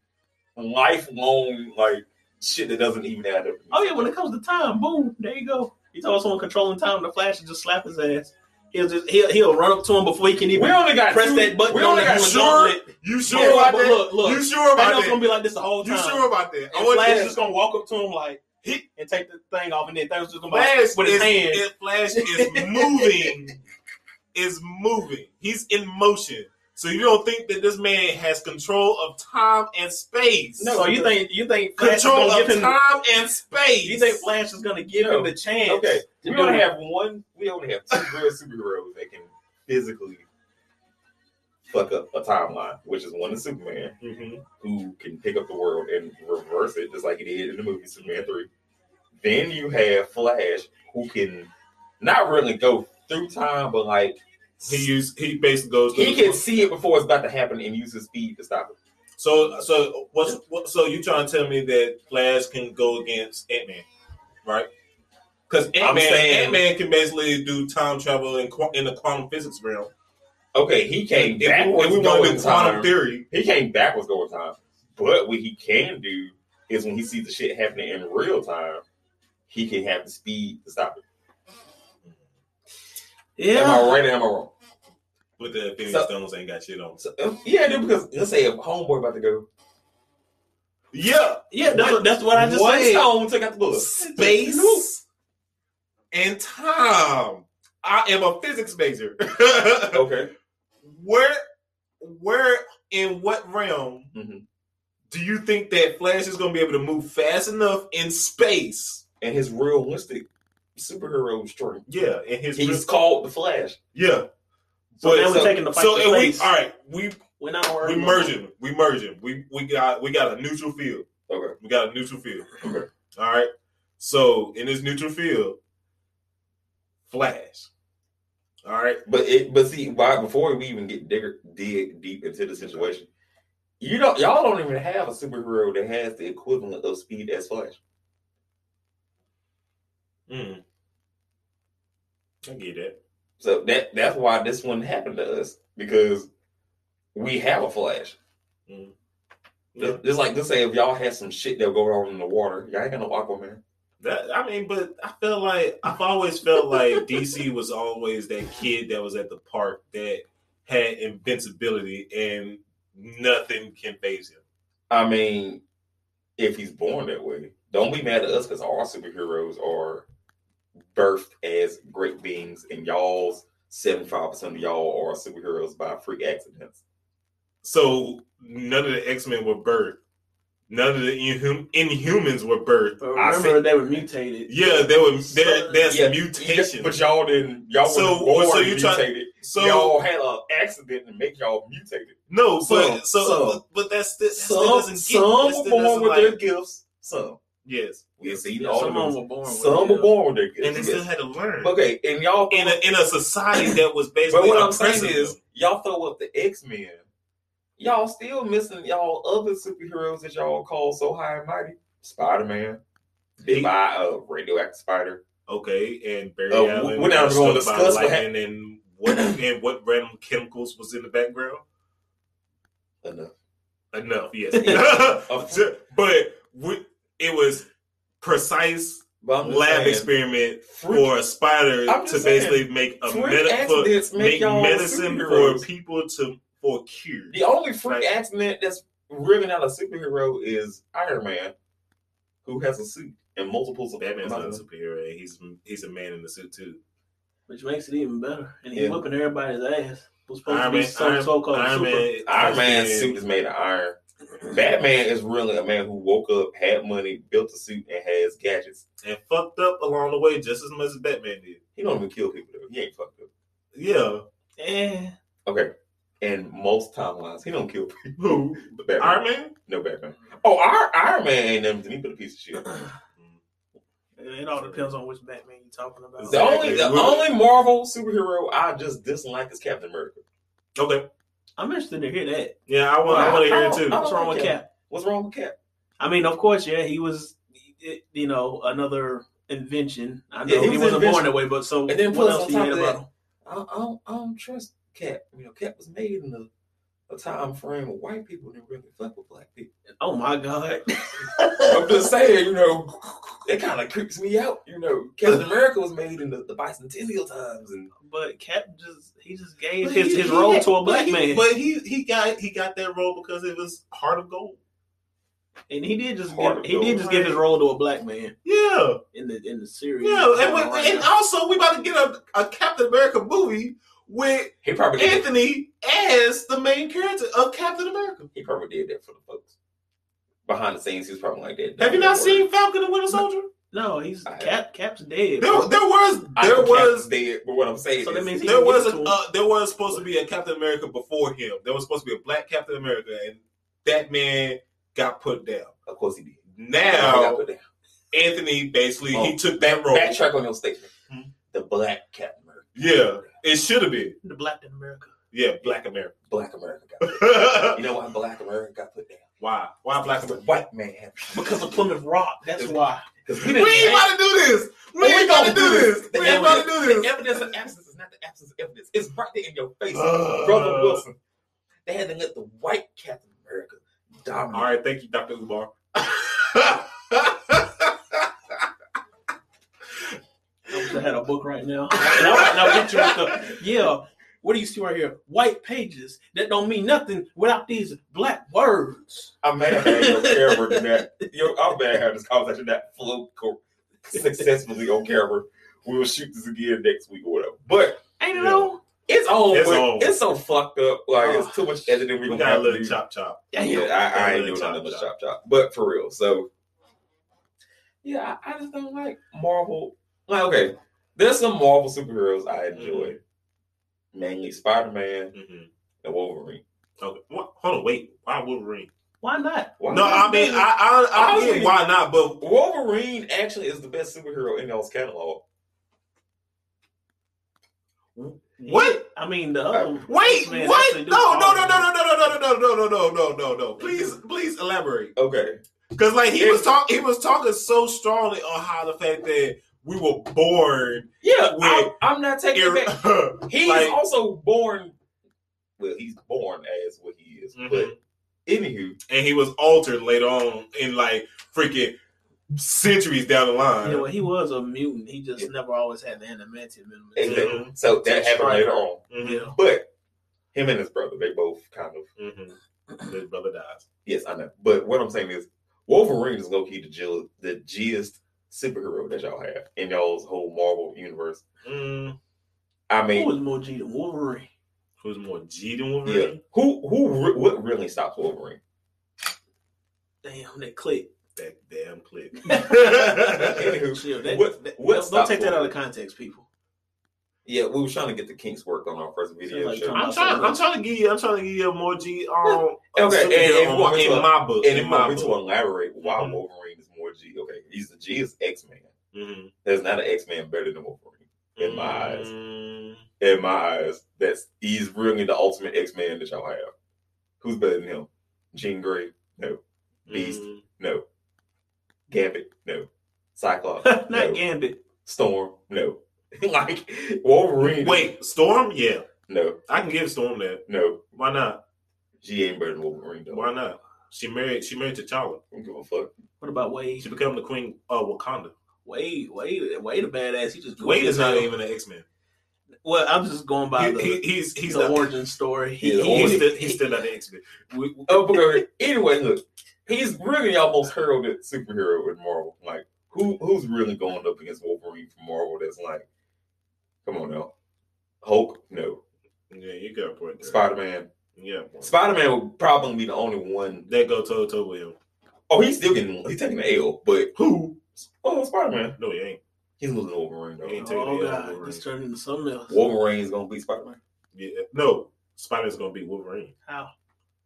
Speaker 2: lifelong like shit that doesn't even add up.
Speaker 1: Oh yeah, when it comes to time, boom, there you go. He told someone controlling time, the Flash will just slap his ass. He'll just he'll, he'll run up to him before he can even
Speaker 2: we only got
Speaker 1: press
Speaker 2: two-
Speaker 1: that button.
Speaker 2: We
Speaker 1: on
Speaker 2: only
Speaker 1: the
Speaker 2: got
Speaker 1: human
Speaker 3: sure-
Speaker 1: gauntlet.
Speaker 3: You sure
Speaker 1: Yeah,
Speaker 3: about
Speaker 1: but
Speaker 3: that?
Speaker 1: look, look.
Speaker 3: you sure about
Speaker 1: Thanos gonna
Speaker 3: that?
Speaker 1: be like this the whole time.
Speaker 3: You sure about that? I
Speaker 1: And
Speaker 3: want
Speaker 1: Flash
Speaker 3: to-
Speaker 1: is just gonna walk up to him like
Speaker 3: He-
Speaker 1: and take the thing off, and then Thanos just gonna be like,
Speaker 3: Flash
Speaker 1: with his
Speaker 3: is,
Speaker 1: hand.
Speaker 3: is- Flash is moving. is moving. He's in motion. So you don't think that this man has control of time and space?
Speaker 1: no. So you think you think Flash is
Speaker 3: control
Speaker 1: gonna
Speaker 3: of
Speaker 1: give him?
Speaker 3: time and space.
Speaker 1: You think Flash is gonna give
Speaker 2: No.
Speaker 1: him the chance?
Speaker 2: Okay,
Speaker 1: to
Speaker 2: we
Speaker 1: do
Speaker 2: only
Speaker 1: it?
Speaker 2: have one. We only have two real superheroes that can physically fuck up a timeline, which is one is Superman,
Speaker 3: Mhm.
Speaker 2: who can pick up the world and reverse it, just like he did in the movie Superman 3. Then you have Flash, who can not really go through time, but like
Speaker 3: He used he basically goes.
Speaker 2: he
Speaker 3: through-
Speaker 2: can see it before it's about to happen and use his speed to stop it.
Speaker 3: So so what's what, so you trying to tell me that Flash can go against Ant Man, right? Because Ant Man
Speaker 2: saying-
Speaker 3: Ant Man can basically do time travel in qu- in the quantum physics realm.
Speaker 2: Okay, he came
Speaker 3: If we-
Speaker 2: back.
Speaker 3: if we
Speaker 2: go
Speaker 3: want to
Speaker 2: in
Speaker 3: do quantum
Speaker 2: time.
Speaker 3: theory,
Speaker 2: He came backwards going time. But what he can do is when he sees the shit happening in real time, he can have the speed to stop it. Am I
Speaker 1: Yeah.
Speaker 2: right or am I wrong?
Speaker 3: But the Infinity
Speaker 2: So-
Speaker 3: Stones ain't got shit on.
Speaker 2: So, uh, yeah, dude, because let's say if homeboy about to go,
Speaker 3: Yeah,
Speaker 1: Yeah, that's what, that's what I just
Speaker 2: one
Speaker 1: said.
Speaker 2: stone Oh, took out the bullet.
Speaker 3: space and time. I am a physics major.
Speaker 2: Okay.
Speaker 3: where, where, in what realm
Speaker 1: Mm-hmm.
Speaker 2: Mhm.
Speaker 3: do you think that Flash is going to be able to move fast enough in space?
Speaker 2: And his realistic superhero strength.
Speaker 3: Yeah, in his
Speaker 2: He's called the Flash.
Speaker 3: yeah.
Speaker 1: So
Speaker 3: But-
Speaker 1: now we're
Speaker 2: so-
Speaker 1: taking the fight
Speaker 3: So
Speaker 1: to
Speaker 3: and we
Speaker 1: space.
Speaker 3: all right. We
Speaker 1: We're not
Speaker 3: we
Speaker 1: worried.
Speaker 3: merging. We merging. We we got we got a neutral field.
Speaker 2: Okay.
Speaker 3: We got a neutral field.
Speaker 2: Okay.
Speaker 3: All right. So in this neutral field, Flash. All right.
Speaker 2: But it but see, why before we even get digger dig deep into the situation, you don't y'all don't even have a superhero that has the equivalent of speed as Flash.
Speaker 3: Mm. I get that.
Speaker 2: So that that's why this one happened to us because we have a flash.
Speaker 3: Yeah.
Speaker 2: Just- Just like let's say if y'all had some shit that going on in the water, y'all ain't got no Aquaman.
Speaker 3: That I mean, but I feel like I've always felt like DC was always that kid that was at the park that had invincibility and nothing can phase him.
Speaker 2: I mean, if he's born that way, don't be mad at us because our superheroes are birthed as great beings, and y'all's seventy five percent of y'all are superheroes by freak accidents.
Speaker 3: So none of the X Men were birthed. None of the inhum- Inhumans were birthed.
Speaker 1: But
Speaker 3: I
Speaker 1: remember, they were mutated.
Speaker 3: Yeah, there were there,
Speaker 1: So-
Speaker 3: there's
Speaker 2: Oh. Yeah,
Speaker 3: mutation.
Speaker 2: but y'all didn't. Y'all
Speaker 3: So-
Speaker 2: so, born
Speaker 3: so you
Speaker 2: mutated.
Speaker 3: try- so
Speaker 2: y'all had an accident and make y'all mutated.
Speaker 3: no,
Speaker 2: so-
Speaker 3: but so,
Speaker 2: so-
Speaker 3: but that's the that's, that doesn't
Speaker 2: Some,
Speaker 3: get,
Speaker 2: some
Speaker 3: that's,
Speaker 2: were
Speaker 3: that
Speaker 2: born
Speaker 3: doesn't
Speaker 2: with
Speaker 3: like-
Speaker 2: their gifts. Some.
Speaker 3: yes,
Speaker 2: You see,
Speaker 1: Yeah,
Speaker 2: all
Speaker 1: some
Speaker 2: of
Speaker 1: of
Speaker 2: them.
Speaker 1: them were born.
Speaker 2: Some
Speaker 1: with
Speaker 2: were
Speaker 1: it.
Speaker 2: born with their gifts.
Speaker 3: and they still
Speaker 2: yes.
Speaker 3: had to learn.
Speaker 2: okay, and y'all.
Speaker 3: in a in a society that was basically
Speaker 2: but what I'm saying
Speaker 3: oppressive.
Speaker 2: is, y'all throw up the X Men. Y'all still missing y'all other superheroes that y'all call so high and mighty. Spider Man. Big
Speaker 3: He-
Speaker 2: Eye, uh, radioactive spider.
Speaker 3: okay, and Barry
Speaker 2: Uh, we-
Speaker 3: Allen
Speaker 2: we're not
Speaker 3: was
Speaker 2: gonna
Speaker 3: struck by
Speaker 2: discuss what hap-
Speaker 3: lightning and what and what random chemicals was in the background.
Speaker 2: Enough.
Speaker 3: Enough, yes,
Speaker 2: Of-
Speaker 3: but we, it was precise
Speaker 2: But I'm just
Speaker 3: lab
Speaker 2: saying,
Speaker 3: experiment
Speaker 2: freak-
Speaker 3: for a spider
Speaker 2: I'm
Speaker 3: to
Speaker 2: just saying,
Speaker 3: basically make a
Speaker 2: freak
Speaker 3: meta- for-
Speaker 2: accidents
Speaker 3: make
Speaker 2: y'all
Speaker 3: medicine for
Speaker 2: superheroes.
Speaker 3: people to for cure.
Speaker 2: The only freak
Speaker 3: Like-
Speaker 2: accident that's really not a superhero is Iron Man, who has a suit and multiples of
Speaker 3: Batman's not a
Speaker 2: Batman.
Speaker 3: superhero. and He's he's a man in the suit too.
Speaker 1: which makes it even better. And he's
Speaker 2: Yeah.
Speaker 1: whipping everybody's ass. Was supposed
Speaker 3: Iron
Speaker 1: to be
Speaker 3: Man,
Speaker 1: so
Speaker 3: Iron,
Speaker 1: so called
Speaker 3: Iron
Speaker 1: super.
Speaker 3: Man,
Speaker 2: Iron Man's suit is made of iron. Batman is really a man who woke up, had money, built a suit, and has gadgets.
Speaker 3: and fucked up along the way just as much as Batman did.
Speaker 2: He don't even kill people though. He ain't fucked up.
Speaker 3: Yeah,
Speaker 1: Eh,
Speaker 2: Okay. And most timelines, he don't kill people.
Speaker 3: who
Speaker 2: Batman.
Speaker 3: Iron Man?
Speaker 2: No Batman. Oh, Iron, Iron Man ain't nothing to me but a piece of shit.
Speaker 1: it all depends on which Batman you're talking about.
Speaker 2: The only the
Speaker 3: Exactly.
Speaker 2: only Marvel superhero I just dislike is Captain America.
Speaker 3: Okay,
Speaker 1: I'm interested to hear that.
Speaker 3: yeah, I want I want to hear it too.
Speaker 1: What's wrong with Cap?
Speaker 2: What's wrong with Cap?
Speaker 1: I mean, of course, yeah, he was, you know, another invention. I know
Speaker 2: Yeah,
Speaker 1: he,
Speaker 2: he was
Speaker 1: wasn't
Speaker 2: invention.
Speaker 1: born that way, but so
Speaker 2: And then
Speaker 1: what
Speaker 2: plus
Speaker 1: else
Speaker 2: on
Speaker 1: do you
Speaker 2: top
Speaker 1: hate
Speaker 2: of
Speaker 1: about
Speaker 2: that-
Speaker 1: him?
Speaker 2: I don't, I don't, I don't trust Cap. You know, Cap was made in a, a time frame where white people didn't really fuck with black people.
Speaker 1: Oh my god!
Speaker 2: I'm just saying, you know, it kind of creeps me out. You know, Captain America was made in the, the bicentennial times, and
Speaker 1: But Cap just he just gave
Speaker 3: But
Speaker 1: his,
Speaker 3: he-
Speaker 1: his
Speaker 3: he
Speaker 1: role
Speaker 3: had-
Speaker 1: to a black
Speaker 3: but he-
Speaker 1: man,
Speaker 3: But he he got he got that role because it was heart of gold.
Speaker 1: and he did just give,
Speaker 2: Hard to
Speaker 1: he did
Speaker 2: go.
Speaker 1: just give his role to a black man
Speaker 3: Yeah.
Speaker 1: in the in the series.
Speaker 3: Yeah, and, we,
Speaker 1: Right
Speaker 3: and uh,
Speaker 1: now.
Speaker 3: also we about to get a, a Captain America movie with
Speaker 2: he probably did,
Speaker 3: Anthony as the main character of Captain America.
Speaker 2: he probably did that for the folks behind the scenes. He was probably like that.
Speaker 3: Have you
Speaker 2: Don't
Speaker 3: not
Speaker 2: worry.
Speaker 3: seen Falcon and Winter Soldier?
Speaker 1: no, he's
Speaker 2: I-
Speaker 1: Cap. Cap's dead.
Speaker 3: There,
Speaker 1: bro.
Speaker 3: there was
Speaker 2: I
Speaker 3: there
Speaker 2: know Cap
Speaker 3: was
Speaker 2: dead, but what I'm saying
Speaker 1: So
Speaker 2: is,
Speaker 1: that means he
Speaker 3: there
Speaker 1: didn't
Speaker 3: was
Speaker 1: give it
Speaker 3: a,
Speaker 1: to him.
Speaker 3: uh, there was supposed to be a Captain America before him. There was supposed to be a black Captain America, and that man got put down.
Speaker 2: of course, he did. I
Speaker 3: Now
Speaker 2: put that-
Speaker 3: Anthony basically
Speaker 2: Oh.
Speaker 3: he took that role.
Speaker 2: Backtrack on your statement.
Speaker 3: Hmm.
Speaker 2: The black Captain America,
Speaker 3: Yeah, it should have been
Speaker 1: the black in America.
Speaker 3: yeah Black America.
Speaker 2: black America got put down. You know why black America got put down?
Speaker 3: Why? Why black
Speaker 2: Because the
Speaker 3: America?
Speaker 2: white man.
Speaker 1: Because of Plymouth Rock, that's why.
Speaker 2: Because we
Speaker 3: We
Speaker 2: didn't.
Speaker 3: ain't about to do this.
Speaker 2: But
Speaker 3: We
Speaker 2: we
Speaker 3: ain't about to
Speaker 2: gonna
Speaker 3: do
Speaker 2: do
Speaker 3: this.
Speaker 2: this.
Speaker 3: We ain't about to do
Speaker 2: The
Speaker 3: this.
Speaker 2: evidence of absence is not the absence of evidence. It's right there in your face,
Speaker 3: Uh.
Speaker 2: brother Wilson. They had to let the white Captain America dominate.
Speaker 3: All right, thank you, Doctor Umar.
Speaker 1: I wish I had a book right now. And I right now get you with the- yeah. What do you see right here? White pages that don't mean nothing without these black words.
Speaker 2: I'm mad at your camera did that. Yo, I'm mad at this conversation that flowed co- successfully on camera. We will shoot this again next week or whatever. But
Speaker 1: Ain't it
Speaker 3: Yeah.
Speaker 1: all?
Speaker 2: it's on.
Speaker 3: It's
Speaker 2: It's,
Speaker 3: on.
Speaker 2: it's so fucked up. Like it's too much editing. We,
Speaker 3: we
Speaker 2: gonna
Speaker 3: got a
Speaker 2: have to
Speaker 3: little
Speaker 2: do.
Speaker 3: chop chop.
Speaker 1: Damn.
Speaker 2: Yeah, I, I ain't
Speaker 3: Got a
Speaker 2: doing
Speaker 3: little
Speaker 2: nothing but
Speaker 3: chop
Speaker 2: chop chop. But for real, so yeah, I, I just don't like Marvel. Like, okay, there's some Marvel superheroes I
Speaker 3: Mm.
Speaker 2: enjoy, mainly Spider Man
Speaker 3: Mhm.
Speaker 2: and Wolverine.
Speaker 3: Okay, what, hold on, wait. Why Wolverine?
Speaker 1: Why not?
Speaker 2: Why
Speaker 3: no, I
Speaker 2: not?
Speaker 3: mean, I, I, I,
Speaker 2: I was
Speaker 3: get
Speaker 2: thinking-
Speaker 3: why not, but
Speaker 2: Wolverine actually is the best superhero in y'all's catalog.
Speaker 3: what?
Speaker 1: I mean, the other
Speaker 3: Wait,
Speaker 1: X-Men actually
Speaker 3: what?
Speaker 1: do
Speaker 3: No, no,
Speaker 1: follow
Speaker 3: no, no,
Speaker 1: them.
Speaker 3: no, no, no, no, no, no, no, no, no, no, no. Please, please elaborate.
Speaker 2: Okay,
Speaker 3: Because like he was talking, he was talking so strongly on how the fact that we were born.
Speaker 2: yeah,
Speaker 3: Wait.
Speaker 2: I, am not taking it back. He's
Speaker 3: Like-
Speaker 2: also born. Well, he's born as what he is,
Speaker 1: Mm-hmm.
Speaker 2: but
Speaker 3: Mhm.
Speaker 2: anywho,
Speaker 3: and he was altered later on in like freaking centuries down the line.
Speaker 1: You know what? He was a mutant. He just never always had the adamantium in him.
Speaker 2: exactly. So that
Speaker 1: That's
Speaker 2: happened
Speaker 1: right.
Speaker 2: later on.
Speaker 1: Yeah.
Speaker 2: But him and his brother, they both kind of
Speaker 3: Mm-hmm. His brother dies.
Speaker 2: yes, I know. But what I'm saying is Wolverine is low key the Jill the Gist superhero that y'all have in y'all's whole Marvel universe.
Speaker 3: Mm.
Speaker 2: I
Speaker 1: Who
Speaker 2: mean,
Speaker 1: was more G than Wolverine?
Speaker 3: Who's more G than
Speaker 2: yeah,
Speaker 3: Wolverine?
Speaker 2: who who re- what really stops Wolverine?
Speaker 1: Damn, that click.
Speaker 3: That damn clip.
Speaker 2: Anywho,
Speaker 1: Chill. That,
Speaker 2: What-
Speaker 1: that-
Speaker 2: what
Speaker 1: don't- don't
Speaker 2: stopped
Speaker 1: take that out
Speaker 2: Wolverine?
Speaker 1: of context, people.
Speaker 2: yeah, we were trying to get the kinks work on our first video
Speaker 1: Sounds like
Speaker 2: show.
Speaker 1: Tom-
Speaker 3: I'm trying. I'm trying to give you. I'm trying to give you a more G. Um,
Speaker 2: Okay, and-
Speaker 3: superhero
Speaker 2: and what-
Speaker 3: in my book.
Speaker 2: And
Speaker 3: In
Speaker 2: if
Speaker 3: my
Speaker 2: I'm to
Speaker 3: book.
Speaker 2: elaborate why
Speaker 1: Mm-hmm.
Speaker 3: Mhm.
Speaker 2: Wolverine is more G, okay, he's the G is X Man.
Speaker 3: Mhm.
Speaker 2: There's not an X Man better than Wolverine
Speaker 3: Mm-hmm.
Speaker 2: in my eyes.
Speaker 3: Mm.
Speaker 2: in my eyes, that's he's really the ultimate X Man that y'all have. Who's better than him? Jean Grey? No. Beast?
Speaker 3: Mm.
Speaker 2: No. Gambit? No. Cyclops?
Speaker 1: Not
Speaker 2: no.
Speaker 1: Gambit.
Speaker 2: Storm? No. like Wolverine?
Speaker 3: Wait, Storm. Yeah,
Speaker 2: No.
Speaker 3: I can give Storm that.
Speaker 2: No.
Speaker 3: Why not?
Speaker 2: She ain't better than Wolverine. Though.
Speaker 3: Why not? She married. She married T'Challa.
Speaker 2: I don't give a fuck.
Speaker 1: What about Wade?
Speaker 3: She became the queen of Wakanda.
Speaker 1: Wade, Wade, Wade, a badass. He just
Speaker 3: Wade is
Speaker 1: goofy as
Speaker 3: not
Speaker 1: hell.
Speaker 3: even an X Man.
Speaker 1: Well, I'm just going by the,
Speaker 3: He, he, he's he's
Speaker 1: the
Speaker 3: not.
Speaker 1: origin story. He,
Speaker 2: Yeah, the
Speaker 1: he-
Speaker 3: He's
Speaker 2: origin.
Speaker 1: he-
Speaker 3: still, he's still not an X Man.
Speaker 2: Oh, but okay. anyway, look, he's really almost heralded superhero in Marvel. Like, who who's really going up against Wolverine from Marvel? That's like, come on now, Hulk? No,
Speaker 3: Yeah, you got a point. there.
Speaker 2: Spider Man?
Speaker 3: Yeah,
Speaker 2: Spider Man would probably be the only one.
Speaker 3: They go toe to toe with him.
Speaker 2: Oh, he's still getting he's taking the L, but
Speaker 3: Who?
Speaker 2: oh Spider Man,
Speaker 3: No, he ain't.
Speaker 2: he's losing to Wolverine
Speaker 3: He ain't
Speaker 2: though.
Speaker 3: taking
Speaker 1: oh
Speaker 3: the L,
Speaker 1: god,
Speaker 3: Wolverine.
Speaker 1: this turned into something else.
Speaker 2: Wolverine's gonna beat Spider Man.
Speaker 3: Yeah, no. Spider's gonna beat Wolverine.
Speaker 1: How?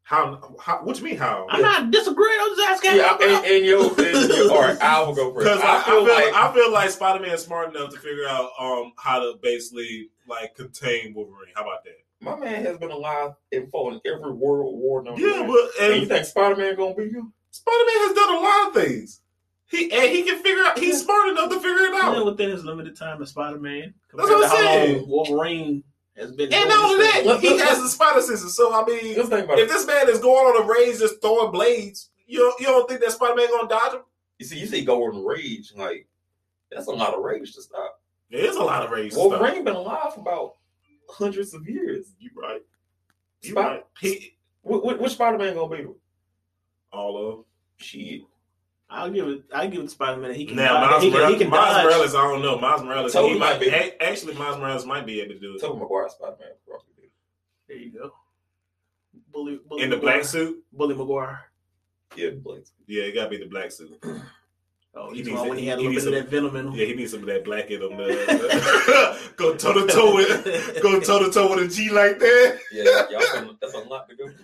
Speaker 3: How? How? What you mean? How?
Speaker 1: I'm not disagreeing. I'm just asking.
Speaker 2: Yeah, and, and yo, and yo, all right, I will go first.
Speaker 3: Because I,
Speaker 2: I feel like
Speaker 3: I feel like Spider Man's smart enough to figure out um how to basically like contain Wolverine. How about that?
Speaker 2: My man has been alive and fought in every world war known. to
Speaker 3: Yeah,
Speaker 2: man.
Speaker 3: but
Speaker 2: and you
Speaker 3: and
Speaker 2: think Spider Man gonna beat him?
Speaker 3: Spider Man has done a lot of things. He and he can figure out. He's smart enough to figure it out.
Speaker 1: Even within his limited time as Spider Man,
Speaker 3: That's
Speaker 1: compared
Speaker 3: what
Speaker 1: to
Speaker 3: I'm
Speaker 1: how
Speaker 3: saying.
Speaker 1: long Wolverine has been.
Speaker 3: And
Speaker 1: doing
Speaker 3: all of
Speaker 1: this
Speaker 3: that,
Speaker 1: thing.
Speaker 3: he has the spider senses. So I mean,
Speaker 2: Just think about
Speaker 3: if
Speaker 2: it.
Speaker 3: this man is going on a raid just throwing blades, you don't, you don't think that Spider Man gonna dodge him?
Speaker 2: You see, you see Golden Rage, like that's a lot of rage to stop.
Speaker 3: There's a lot of raids.
Speaker 2: Wolverine been alive for about hundreds of years.
Speaker 3: you right? You
Speaker 2: Spider-
Speaker 3: right? He
Speaker 2: Wh- wh- which Spider Man gonna beat him?
Speaker 3: all of them.
Speaker 2: Shit,
Speaker 1: I'll give it. I give it Spider Man. He can.
Speaker 3: Now
Speaker 1: dodge-
Speaker 3: Miles,
Speaker 1: he can,
Speaker 3: Morales,
Speaker 1: he can
Speaker 3: Miles
Speaker 1: dodge.
Speaker 3: Morales, I don't know. Miles Morales,
Speaker 2: Totally
Speaker 3: he might
Speaker 2: might be.
Speaker 3: a- actually Miles Morales might be able to do it
Speaker 2: Tobey Maguire Spider Man probably beat
Speaker 1: There you go. Bully, bully
Speaker 3: in the
Speaker 1: Maguire.
Speaker 3: black suit.
Speaker 1: Bully McGuire.
Speaker 2: him. Yeah, Blake.
Speaker 3: Yeah, it gotta be the black suit.
Speaker 1: Oh,
Speaker 3: He
Speaker 1: you
Speaker 3: needs
Speaker 1: know
Speaker 3: to-
Speaker 1: when he had a
Speaker 3: he
Speaker 1: little bit
Speaker 3: needs
Speaker 1: of
Speaker 3: to-
Speaker 1: that venom in him.
Speaker 3: Yeah, he needs some of that black in him. uh, go toe to toe with, go toe to toe with a G like that.
Speaker 2: Yeah, y'all. Been, that's a lot to go. through.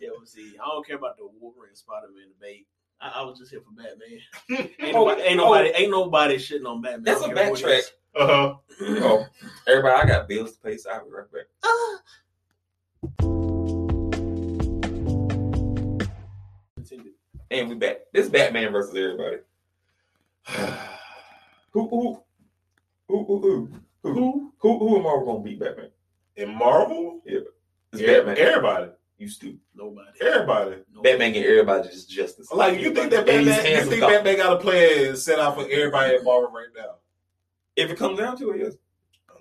Speaker 1: Yeah, we'll see. I don't care about the Wolverine Spider Man debate. I, I was just here for Batman. Ain't
Speaker 2: Oh,
Speaker 1: nobody, ain't
Speaker 2: oh.
Speaker 1: nobody, ain't nobody shitting on Batman.
Speaker 2: That's
Speaker 1: I
Speaker 2: a
Speaker 1: don't care who it
Speaker 2: backtrack.
Speaker 1: is.
Speaker 3: Uh huh.
Speaker 2: Oh, everybody, I got bills to pay, so I'll be right back.
Speaker 1: Continue.
Speaker 2: And we back. This Batman versus everybody. Who who who who who who who, who am I gonna beat Batman?
Speaker 3: In Marvel,
Speaker 2: It's
Speaker 3: Yeah,
Speaker 2: Batman.
Speaker 3: everybody,
Speaker 2: You stupid.
Speaker 1: Nobody.
Speaker 3: everybody.
Speaker 1: Nobody.
Speaker 2: Batman get everybody just justice.
Speaker 3: Like you think that
Speaker 2: And he's
Speaker 3: Batman, you
Speaker 2: handsome
Speaker 3: think
Speaker 2: cop.
Speaker 3: Batman got a plan set out for everybody in Marvel right now?
Speaker 2: If it comes down to it, yes.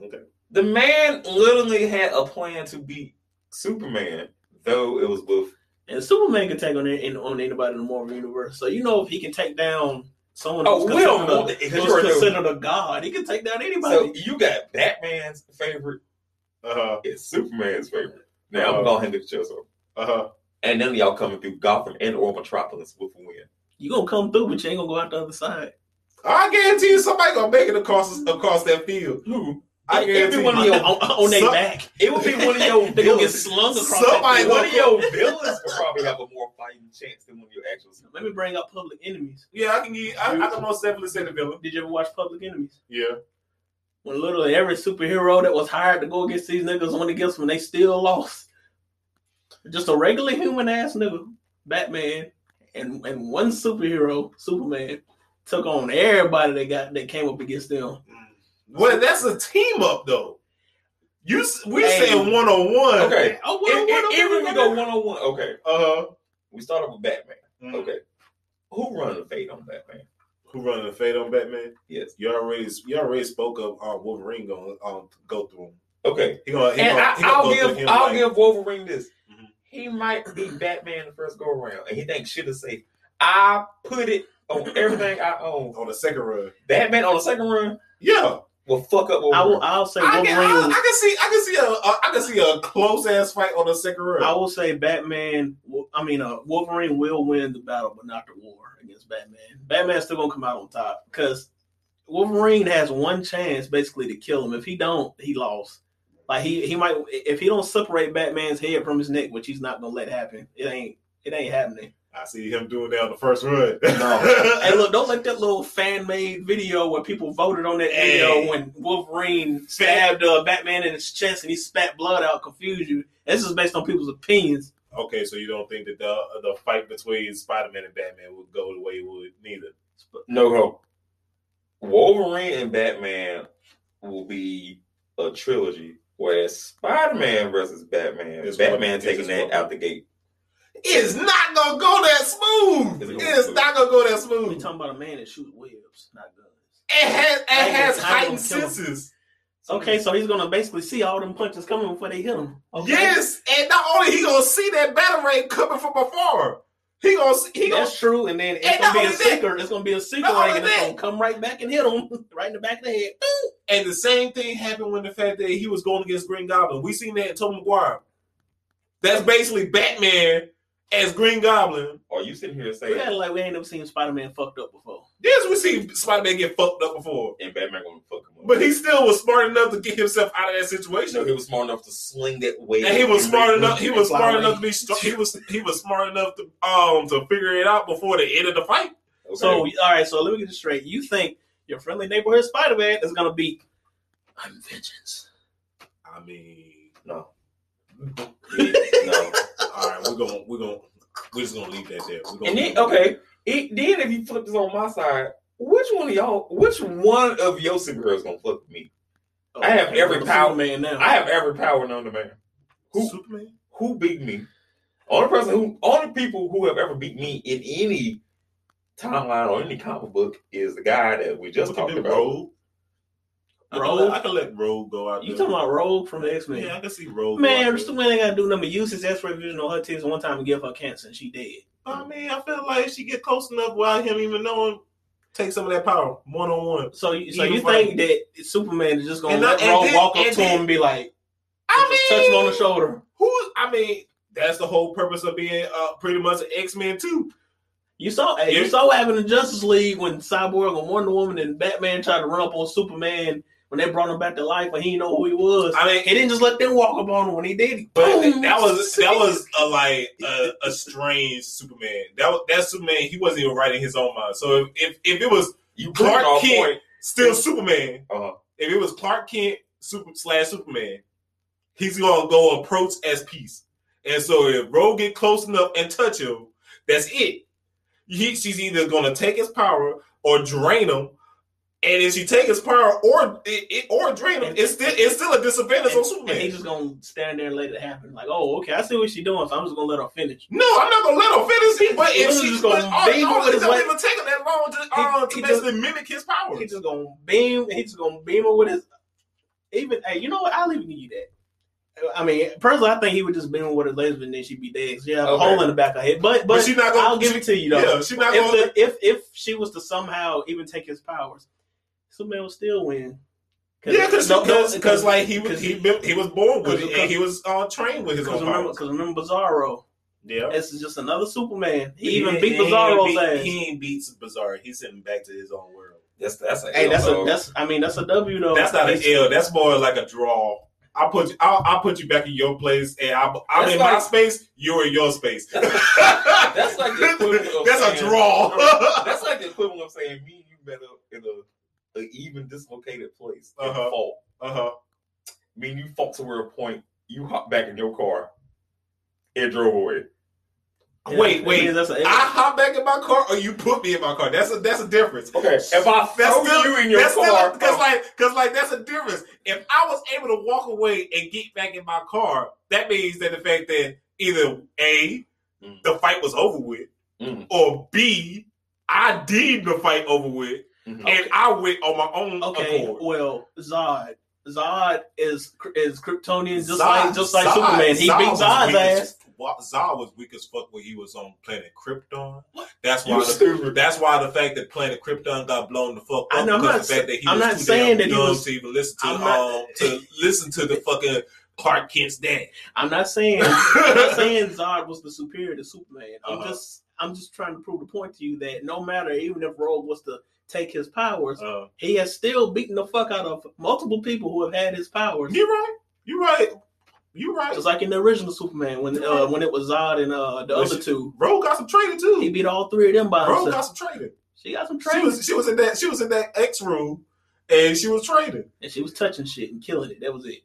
Speaker 3: Okay.
Speaker 2: The man literally had a plan to beat Superman, though it was with
Speaker 1: And Superman can take on any- on anybody in the Marvel universe. So you know if he can take down someone
Speaker 2: Oh,
Speaker 1: who's
Speaker 2: we don't
Speaker 1: considered,
Speaker 2: want
Speaker 1: a,
Speaker 2: to ignore
Speaker 1: who's
Speaker 2: them.
Speaker 1: considered a god, he can take down
Speaker 2: So
Speaker 1: anybody.
Speaker 2: you got Batman's favorite,
Speaker 3: Uh huh.
Speaker 2: it's Superman's favorite. Now I'm gonna handle the show so.
Speaker 3: Uh huh.
Speaker 2: And none of y'all coming through Gotham and or Metropolis with a win.
Speaker 1: you gonna come through, but you ain't gonna go out the other side.
Speaker 3: I guarantee you, somebody gonna make it across across that field.
Speaker 2: Who?
Speaker 3: I
Speaker 2: It- it'd
Speaker 3: guarantee
Speaker 2: be one of
Speaker 1: On,
Speaker 2: your.
Speaker 3: you.
Speaker 1: on, on their
Speaker 3: Some-
Speaker 1: back,
Speaker 2: It would be one of your
Speaker 1: they gonna get
Speaker 2: villains.
Speaker 1: slung across.
Speaker 3: Somebody
Speaker 1: Somebody,
Speaker 2: One of your villains would probably have a more fighting chance than one of your actual.
Speaker 1: let me bring up Public Enemies.
Speaker 3: Yeah, I can. Give, I, I can most definitely say the villain.
Speaker 1: Did you ever watch Public Enemies?
Speaker 3: Yeah.
Speaker 1: When literally every superhero that was hired to go against these niggas went against them, they still lost. Just a regular human ass nigga, Batman, and and one superhero, Superman, took on everybody that got that came up against them.
Speaker 3: Mm. Well, that's a team up though. You s- we
Speaker 1: Hey.
Speaker 3: saying one on one.
Speaker 2: Okay.
Speaker 1: Oh,
Speaker 2: If,
Speaker 1: what,
Speaker 2: if, if we go one on one, okay.
Speaker 3: Uh huh.
Speaker 2: We start off with Batman. Okay. Who run the fade on Batman?
Speaker 3: Mm. Who running the fade on Batman?
Speaker 2: Yes.
Speaker 3: You already you already spoke of um, Wolverine going um, go through him.
Speaker 2: Okay.
Speaker 3: He gonna he
Speaker 2: And
Speaker 3: gonna,
Speaker 2: I,
Speaker 3: he gonna
Speaker 2: I'll
Speaker 3: go through
Speaker 2: give
Speaker 3: him
Speaker 2: I'll
Speaker 3: like,
Speaker 2: give Wolverine this.
Speaker 3: Mhm.
Speaker 2: He might beat Batman the first go around, and he thinks shit is safe. I put it on everything I own.
Speaker 3: on the second run.
Speaker 2: Batman on the second run
Speaker 3: Yeah.
Speaker 2: will fuck up.
Speaker 1: I will,
Speaker 2: Wolverine.
Speaker 1: I'll say
Speaker 3: I can, I,
Speaker 1: Wolverine.
Speaker 3: I can see, I can see a, a, I can see a close ass fight on the second round.
Speaker 1: I will say Batman. will- I mean, uh, Wolverine will win the battle, but not the war against Batman. Batman's still gonna come out on top because Wolverine has one chance basically to kill him. If he don't, he lost. Like he he might if he don't separate Batman's head from his neck, which he's not gonna let happen. It ain't it ain't happening.
Speaker 3: I see him doing that on the first run.
Speaker 1: Hey, look, don't let that little fan made video where people voted on that
Speaker 3: Hey.
Speaker 1: video when Wolverine stabbed uh, Batman in his chest and he spat blood out confuse you. This is based on people's opinions.
Speaker 3: okay, so you don't think that the the fight between Spider Man and Batman would go the way it would? Neither.
Speaker 2: No hope. Wolverine and Batman will be a trilogy, whereas Spider Man versus Batman,
Speaker 3: It's one-
Speaker 2: Batman
Speaker 3: it's
Speaker 2: taking
Speaker 3: just
Speaker 2: that
Speaker 3: one.
Speaker 2: out the gate.
Speaker 3: It's not gonna go that
Speaker 2: It's
Speaker 3: smooth.
Speaker 2: gonna
Speaker 3: It's
Speaker 2: go
Speaker 3: not gonna go that
Speaker 1: We
Speaker 3: smooth.
Speaker 1: talking about a man that shoots webs, not guns.
Speaker 3: It has it
Speaker 1: I
Speaker 3: has
Speaker 1: will- I will
Speaker 3: heightened
Speaker 1: kill him.
Speaker 3: senses.
Speaker 1: Okay, so he's gonna basically see all them punches coming before they hit him. Okay?
Speaker 3: Yes, and not only he gonna see that batarang coming from afar, he gonna see, he gonna
Speaker 1: that's true. And then it's
Speaker 3: And
Speaker 1: gonna
Speaker 3: not
Speaker 1: be a
Speaker 3: only that-
Speaker 1: seeker. It's gonna be a seeker,
Speaker 3: only
Speaker 1: ring, and it's
Speaker 3: that-
Speaker 1: gonna come right back and hit him right in the back of the head.
Speaker 3: And the same thing happened when the fact that he was going against Green Goblin. We seen that in Tobey Maguire. That's basically Batman as Green Goblin.
Speaker 2: Are you sitting here
Speaker 1: We act
Speaker 2: saying
Speaker 1: like we ain't never seen Spider Man fucked up before.
Speaker 3: Yes, we seen Spider-Man get fucked up before.
Speaker 2: and Batman gonna fuck him up?
Speaker 3: But he still was smart enough to get himself out of that
Speaker 2: no,
Speaker 3: situation.
Speaker 2: he was smart enough to sling that wave.
Speaker 3: And he was smart enough. He was
Speaker 1: Fly
Speaker 3: smart
Speaker 1: away.
Speaker 3: enough to be. Str- he was. He was smart enough to um to figure it out before the end of the fight.
Speaker 2: Okay.
Speaker 1: So all right, so let me get this straight. You think your friendly neighborhood Spider Man is gonna be? I'm vengeance.
Speaker 3: I mean,
Speaker 2: no, Yeah, no.
Speaker 3: All right, we're gonna we're gonna we're just gonna leave that there. We're gonna
Speaker 2: And then okay, it, then if you flip this on my side, which one of y'all, which one of your superheroes gonna fuck with me? I have every power-
Speaker 1: man now.
Speaker 2: I have every power known to man. Who
Speaker 3: Superman.
Speaker 2: who beat me? Only person who, only people who have ever beat me in any timeline or any comic book is the guy that we just
Speaker 3: Just
Speaker 2: talked
Speaker 3: talking
Speaker 2: about.
Speaker 3: about Rogue. I can,
Speaker 1: Rogue?
Speaker 3: let, I can let Rogue go out.
Speaker 1: You
Speaker 3: there.
Speaker 1: talking about Rogue from the X Men?
Speaker 3: Yeah, I can see Rogue. go
Speaker 1: Man,
Speaker 3: out there.
Speaker 1: Superman ain't gotta do nothing but use his X-ray vision on her tits one time and give her cancer, and she dead.
Speaker 3: I mean, I feel like if she get close enough without him even knowing, take some of that power one on one.
Speaker 1: So, you, so
Speaker 3: Even
Speaker 1: you
Speaker 3: right.
Speaker 1: think that Superman is just gonna
Speaker 3: And
Speaker 1: let
Speaker 3: I- and
Speaker 1: Rogue
Speaker 3: then-
Speaker 1: walk up to
Speaker 3: and then-
Speaker 1: him and be like,
Speaker 3: I
Speaker 1: just
Speaker 3: mean,
Speaker 1: touch him on the shoulder?
Speaker 3: who? I mean, that's the whole purpose of being uh, pretty much an X Men too.
Speaker 1: You saw, hey, you
Speaker 3: Yeah.
Speaker 1: saw what happened in Justice League when Cyborg and Wonder Woman and Batman tried to run up on Superman when they brought him back to life, and he didn't know who he was.
Speaker 3: I mean,
Speaker 1: He didn't just let them walk up on him when he did. He
Speaker 3: But
Speaker 1: boom,
Speaker 3: that was that was a like a, a strange Superman. That was- that Superman he wasn't even writing his own mind. So if if, if it was
Speaker 2: You
Speaker 3: Clark
Speaker 2: Clark off
Speaker 3: Kent.
Speaker 2: point.
Speaker 3: still Superman,
Speaker 2: Uh-huh.
Speaker 3: if it was Clark Kent super slash Superman, he's gonna go approach as peace. And so if Rogue get close enough and touch him, that's it. He, she's either gonna take his power or drain him. And if she take his power or it, it- or drain him, it's still it's still a disadvantage on
Speaker 1: and,
Speaker 3: Superman.
Speaker 1: and he just gonna stand there and let it happen. Like, oh, okay, I see what she's doing, so I'm just gonna let her finish.
Speaker 3: No, I'm not gonna let him finish. But
Speaker 1: He
Speaker 3: if
Speaker 1: was
Speaker 3: she
Speaker 1: just
Speaker 3: just
Speaker 1: gonna
Speaker 3: gonna all,
Speaker 1: beam
Speaker 3: all,
Speaker 1: him with
Speaker 3: it
Speaker 1: his
Speaker 3: doesn't
Speaker 1: leg.
Speaker 3: even take him that long to, uh,
Speaker 1: He-
Speaker 3: to
Speaker 1: he
Speaker 3: basically mimic his powers.
Speaker 1: He just gonna beam. He just gonna beam her with his. Even hey, you know what? I'll even give you that. I mean, personally, I think he would just beam her with his laser, and then she'd be dead. She have a
Speaker 2: Okay.
Speaker 1: hole in the back of her head. But
Speaker 3: but
Speaker 1: but,
Speaker 3: she's not gonna.
Speaker 1: I'll give it to you though.
Speaker 3: yeah, she's not
Speaker 1: if,
Speaker 3: gonna.
Speaker 1: the, if if she was to somehow even take his powers, Superman would still win.
Speaker 3: yeah, because
Speaker 1: no, no,
Speaker 3: like he was
Speaker 1: 'cause-
Speaker 3: he, been- he was born with it
Speaker 1: because-
Speaker 3: and he was uh, trained with his
Speaker 1: 'cause
Speaker 3: own
Speaker 1: remember,
Speaker 3: powers.
Speaker 1: because remember Bizarro.
Speaker 3: Yeah,
Speaker 1: This is just another Superman. He even
Speaker 3: Yeah,
Speaker 1: beat
Speaker 3: he ain't
Speaker 1: Bizarro's
Speaker 3: beat-
Speaker 1: ass.
Speaker 3: He ain't beat Bizarro. He's sent him back to his own world.
Speaker 2: That's that's a
Speaker 1: hey,
Speaker 2: hell
Speaker 1: that's a
Speaker 2: no.
Speaker 1: that's. I mean, that's a W though.
Speaker 3: That's not an
Speaker 1: He's-
Speaker 3: L. That's more like a draw. I put you, I'll, I'll put you back in your place, and I'm, I'm
Speaker 2: That's
Speaker 3: in my
Speaker 2: like-
Speaker 3: space. You're in your space.
Speaker 2: that's like the equivalent of
Speaker 3: That's a
Speaker 2: saying-
Speaker 3: draw.
Speaker 2: That's like the equivalent of saying me and you met up in a, a even dislocated place and
Speaker 3: Uh-huh.
Speaker 2: fought.
Speaker 3: Uh huh.
Speaker 2: Me and you fought to where a point you hopped back in your car and drove away.
Speaker 1: yeah,
Speaker 3: wait,
Speaker 1: that
Speaker 3: wait.
Speaker 1: means That's a
Speaker 3: I hop back in my car, or you put me in my car. That's a that's a difference.
Speaker 2: Okay, if I
Speaker 3: That's
Speaker 2: throw
Speaker 3: still
Speaker 2: you in your
Speaker 3: that's
Speaker 2: car,
Speaker 3: because like because like that's a difference. If I was able to walk away and get back in my car, that means that the fact that either a
Speaker 2: Mm.
Speaker 3: the fight was over with,
Speaker 2: Mm.
Speaker 3: or b I deemed the fight over with,
Speaker 2: Mhm.
Speaker 3: and I went on my own
Speaker 1: Mm-hmm. Okay,
Speaker 3: accord.
Speaker 1: well, Zod. Zod is is Kryptonian, just
Speaker 3: Zod-
Speaker 1: like just like
Speaker 3: Zod-
Speaker 1: Superman. He
Speaker 3: Zod
Speaker 1: beat
Speaker 3: was
Speaker 1: Zod's
Speaker 3: weak as-
Speaker 1: ass.
Speaker 3: wa- Zod was weak as fuck when he was on planet Krypton. That's why
Speaker 2: you
Speaker 3: the
Speaker 2: stupid.
Speaker 3: That's why the fact that Planet Krypton got blown the fuck up.
Speaker 1: I know, I'm
Speaker 3: because
Speaker 1: not
Speaker 3: the fact that he
Speaker 1: I'm
Speaker 3: was
Speaker 1: not
Speaker 3: too
Speaker 1: saying
Speaker 3: damn
Speaker 1: that he
Speaker 3: dumb
Speaker 1: was-
Speaker 3: to even listen to
Speaker 1: I'm not-
Speaker 3: um, to listen to the fucking Clark Kent's dad.
Speaker 1: I'm not saying I'm not saying Zod was the superior to Superman. I'm
Speaker 3: Uh-huh.
Speaker 1: just I'm just trying to prove the point to you that no matter even if Rogue was to take his powers,
Speaker 3: Uh,
Speaker 1: he has still beaten the fuck out of multiple people who have had his powers.
Speaker 3: you right. You right. You right.
Speaker 1: Just like in the original Superman when uh, when it was Zod and uh, the
Speaker 3: Was
Speaker 1: other
Speaker 3: it-
Speaker 1: two,
Speaker 3: Bro got some training too.
Speaker 1: he beat all three of them by
Speaker 3: Bro
Speaker 1: himself.
Speaker 3: got some training.
Speaker 1: She got some
Speaker 3: She
Speaker 1: training
Speaker 3: was she was in that she was in that X room and she was training.
Speaker 1: and she was touching shit and killing it. That was it.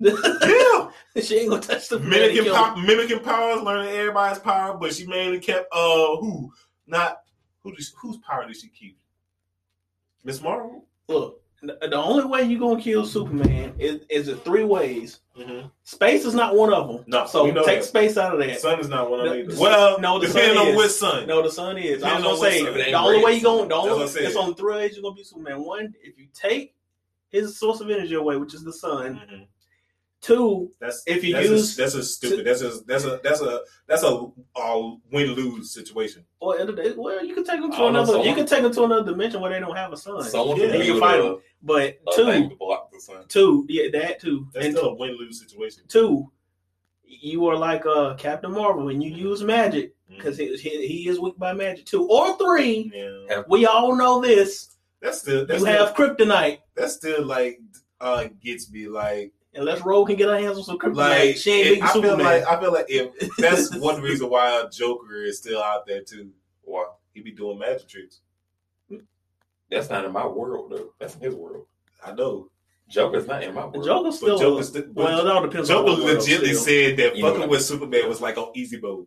Speaker 3: Yeah,
Speaker 1: she ain't gonna touch the
Speaker 3: mimicking
Speaker 1: power.
Speaker 3: pow- mimicking powers, learning everybody's power, but she mainly kept uh who not who did she, whose power did she keep? Miss Marvel.
Speaker 1: Look, the the only way you gonna kill Superman is is the three ways.
Speaker 3: Mm-hmm.
Speaker 1: Space is not one of them.
Speaker 3: No,
Speaker 1: so
Speaker 3: we know
Speaker 1: take
Speaker 3: that.
Speaker 1: space out of that.
Speaker 3: Sun is not one of
Speaker 1: No,
Speaker 3: them either.
Speaker 1: the-
Speaker 3: Well,
Speaker 1: no, the
Speaker 3: depending
Speaker 1: sun
Speaker 3: on
Speaker 1: is.
Speaker 3: which sun.
Speaker 1: no, the sun is. I was
Speaker 3: Depends on
Speaker 1: gonna
Speaker 3: what
Speaker 1: say
Speaker 3: sun.
Speaker 2: It
Speaker 1: the
Speaker 2: ain't
Speaker 1: only
Speaker 2: red
Speaker 1: way you gonna the
Speaker 3: sun.
Speaker 1: only
Speaker 3: That's what I said.
Speaker 1: it's on three ways you're gonna be Superman. One, if you take his source of energy away, which is the sun.
Speaker 3: Mhm.
Speaker 1: Two,
Speaker 3: That's
Speaker 1: If you
Speaker 3: that's
Speaker 1: use-
Speaker 3: a, that's a stupid. That's a that's a that's a that's a, uh win lose situation.
Speaker 1: or it'll- it- well, you can take him to
Speaker 2: I don't know,
Speaker 1: another. you
Speaker 2: someone-
Speaker 1: can take him to another dimension where they don't have a sun.
Speaker 2: Someone
Speaker 3: Yeah,
Speaker 2: can
Speaker 1: you
Speaker 2: build
Speaker 1: fight
Speaker 2: a,
Speaker 1: but
Speaker 2: a
Speaker 1: two,
Speaker 2: thing to block the sun.
Speaker 1: two, yeah, that too,
Speaker 3: Oh, That's
Speaker 1: and
Speaker 3: still a win lose situation.
Speaker 1: two, you are like uh Captain Marvel and you use magic.
Speaker 3: Mm-hmm.
Speaker 1: because he, he he is weak by magic too. Or three,
Speaker 3: yeah,
Speaker 1: we all know this.
Speaker 3: that's still that's
Speaker 1: you
Speaker 3: still,
Speaker 1: have kryptonite.
Speaker 3: that's still like uh gets me like
Speaker 1: Unless Rogue can get her hands on some kryptonite,
Speaker 3: like
Speaker 1: she ain't
Speaker 3: if-
Speaker 1: beating
Speaker 3: I feel
Speaker 1: Superman.
Speaker 3: like I feel like if that's one reason why Joker is still out there too.
Speaker 2: Why?
Speaker 3: He be doing magic tricks.
Speaker 2: That's not in my world though. That's in his world.
Speaker 3: I know.
Speaker 2: Joker's not in my world.
Speaker 1: Joker's
Speaker 3: But
Speaker 1: still.
Speaker 3: Joker's the- but
Speaker 1: well, it all depends.
Speaker 3: Joker
Speaker 1: on the world
Speaker 3: legitly
Speaker 1: still.
Speaker 3: said that
Speaker 2: You
Speaker 3: fucking
Speaker 2: know.
Speaker 3: with Superman was like on easy mode.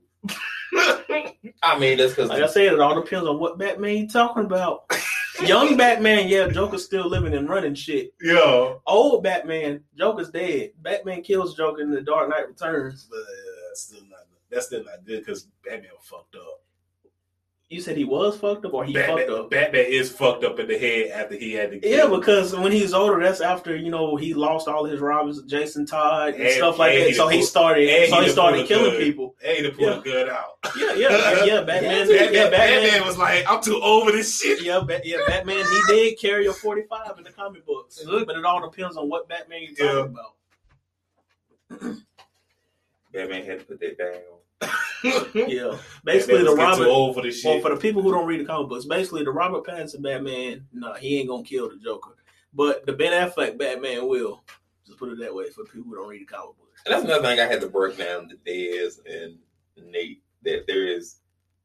Speaker 2: I mean, that's because
Speaker 1: Like I said, it all depends on what Batman you talking about. Young Batman, yeah, Joker's still living and running shit.
Speaker 3: Yeah.
Speaker 1: Old Batman, Joker's dead. Batman kills Joker in The Dark Knight Returns.
Speaker 3: But uh, still not, that's still not good because Batman was fucked up.
Speaker 1: You said he was fucked up, or he fucked
Speaker 3: Batman,
Speaker 1: up.
Speaker 3: Batman is fucked up in the head after he had to
Speaker 1: Yeah, because when he's older, that's after you know he lost all his robbers, Jason Todd and,
Speaker 3: And-
Speaker 1: stuff like
Speaker 3: and
Speaker 1: that.
Speaker 3: he
Speaker 1: so
Speaker 3: done
Speaker 1: he
Speaker 3: pull-
Speaker 1: started,
Speaker 3: and he
Speaker 1: so he
Speaker 3: done
Speaker 1: started
Speaker 3: pull a
Speaker 1: killing
Speaker 3: gun.
Speaker 1: people.
Speaker 3: hey, to pull
Speaker 1: Yeah.
Speaker 3: the gun out.
Speaker 1: Yeah, yeah, yeah. Batman, yeah,
Speaker 3: Batman,
Speaker 1: Batman,
Speaker 3: Batman was like, I'm too over this shit.
Speaker 1: yeah, Bat- yeah, Batman. He did carry a forty-five in the comic books, but it all depends on what Batman you're talking
Speaker 3: Yeah.
Speaker 1: about.
Speaker 2: Batman had to put that down.
Speaker 1: Yeah, basically the
Speaker 3: Batman was
Speaker 1: Robert.
Speaker 3: getting too old for this
Speaker 1: Well,
Speaker 3: shit.
Speaker 1: for the people who don't read the comic books, basically the Robert Pattinson Batman, no, he ain't gonna kill the Joker, but the Ben Affleck Batman will. Just put it that way for people who don't read the comic books.
Speaker 2: And that's another thing I had to break down to Dez and Nate that there is,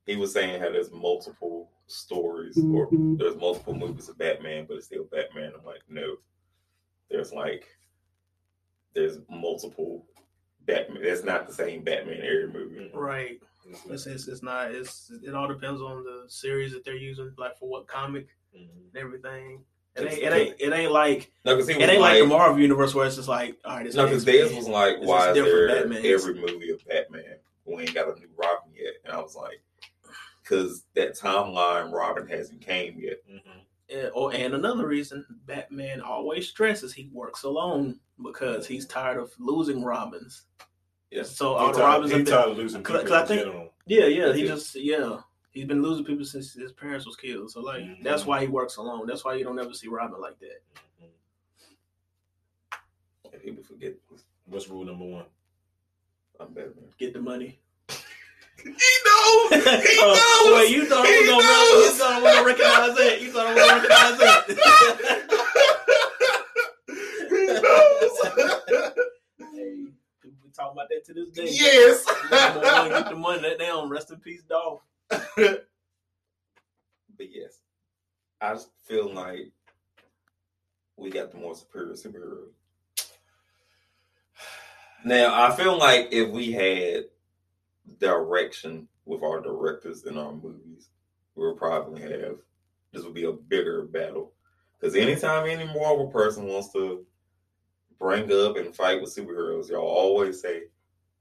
Speaker 2: he was saying how there's multiple stories or
Speaker 1: Mm-hmm.
Speaker 2: there's multiple movies of Batman, but it's still Batman. I'm like, no, there's like, there's multiple Batman. That's not the same Batman every movie.
Speaker 1: Right. It's, it's, it's not. It's it all depends on the series that they're using, like for what comic and everything. It ain't it ain't it ain't like
Speaker 2: No, because he
Speaker 1: it
Speaker 2: was
Speaker 1: ain't like
Speaker 2: like,
Speaker 1: the Marvel universe where it's just like all right, it's
Speaker 2: no, because
Speaker 1: X-Men.
Speaker 2: Dez was like,
Speaker 1: It's
Speaker 2: why is
Speaker 1: just different
Speaker 2: there
Speaker 1: Batmans.
Speaker 2: every movie of Batman? We ain't got a new Robin yet, and I was like, because that timeline Robin hasn't came yet.
Speaker 1: And, or and another reason Batman always stresses he works alone because he's tired of losing Robins.
Speaker 2: Yeah.
Speaker 1: So all
Speaker 3: All
Speaker 1: the Robins have
Speaker 3: he
Speaker 1: been,
Speaker 3: tired of losing
Speaker 1: Cause-
Speaker 3: people
Speaker 1: cause I
Speaker 3: in
Speaker 1: think-
Speaker 3: general.
Speaker 1: yeah, yeah. He
Speaker 2: Yeah.
Speaker 1: just yeah. He's been losing people since his parents was killed. So like
Speaker 3: Mhm.
Speaker 1: that's why he works alone. That's why you don't ever see Robin like that.
Speaker 3: Mm-hmm.
Speaker 2: And people forget
Speaker 3: What's rule number one?
Speaker 2: I'm Batman.
Speaker 1: Get the money.
Speaker 3: He knows. He
Speaker 1: Oh,
Speaker 3: knows.
Speaker 1: wait, you thought I
Speaker 3: He
Speaker 1: was gonna
Speaker 3: knows.
Speaker 1: you thought I was gonna recognize that. You thought I was gonna recognize that.
Speaker 3: he knows.
Speaker 1: hey, we talk about that to this day.
Speaker 3: yes.
Speaker 1: Number one, get the money. Let down. Rest in peace, dog.
Speaker 2: But yes, I just feel like we got the more superior superhero. Now I feel like if we had direction with our directors in our movies, we'll probably have this would be a bigger battle. Because anytime any Marvel person wants to bring up and fight with superheroes, y'all always say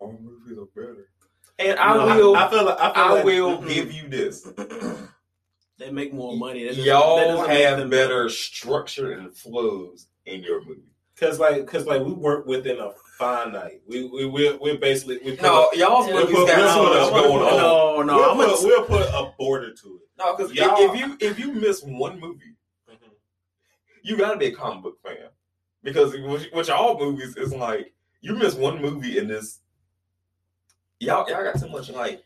Speaker 2: our movies are better. And I
Speaker 1: No,
Speaker 2: will,
Speaker 3: I
Speaker 2: I,
Speaker 3: feel like I, feel like,
Speaker 2: will
Speaker 1: Mm-mm.
Speaker 2: give you this.
Speaker 1: They make more money. That doesn't- that
Speaker 2: y'all
Speaker 1: doesn't make
Speaker 2: have
Speaker 1: them
Speaker 2: better structure and flows in your movie.
Speaker 3: Cause like, cause like, we work within a finite. We we we're, we're basically we put
Speaker 2: No, y'all's
Speaker 1: Yeah,
Speaker 2: movies
Speaker 3: but-
Speaker 2: got
Speaker 3: but-
Speaker 2: so
Speaker 3: but-
Speaker 2: much
Speaker 3: but-
Speaker 2: going
Speaker 3: but-
Speaker 2: on.
Speaker 1: No, no,
Speaker 3: we'll,
Speaker 1: I'm
Speaker 3: put,
Speaker 1: gonna.
Speaker 3: we'll put a border to it.
Speaker 2: No, because
Speaker 3: Y'all-
Speaker 2: if you if you miss one movie,
Speaker 1: Mm-hmm.
Speaker 2: you gotta be a comic book fan. Because with, with y'all movies, it's like you miss one movie in this. Y'all y'all got too much like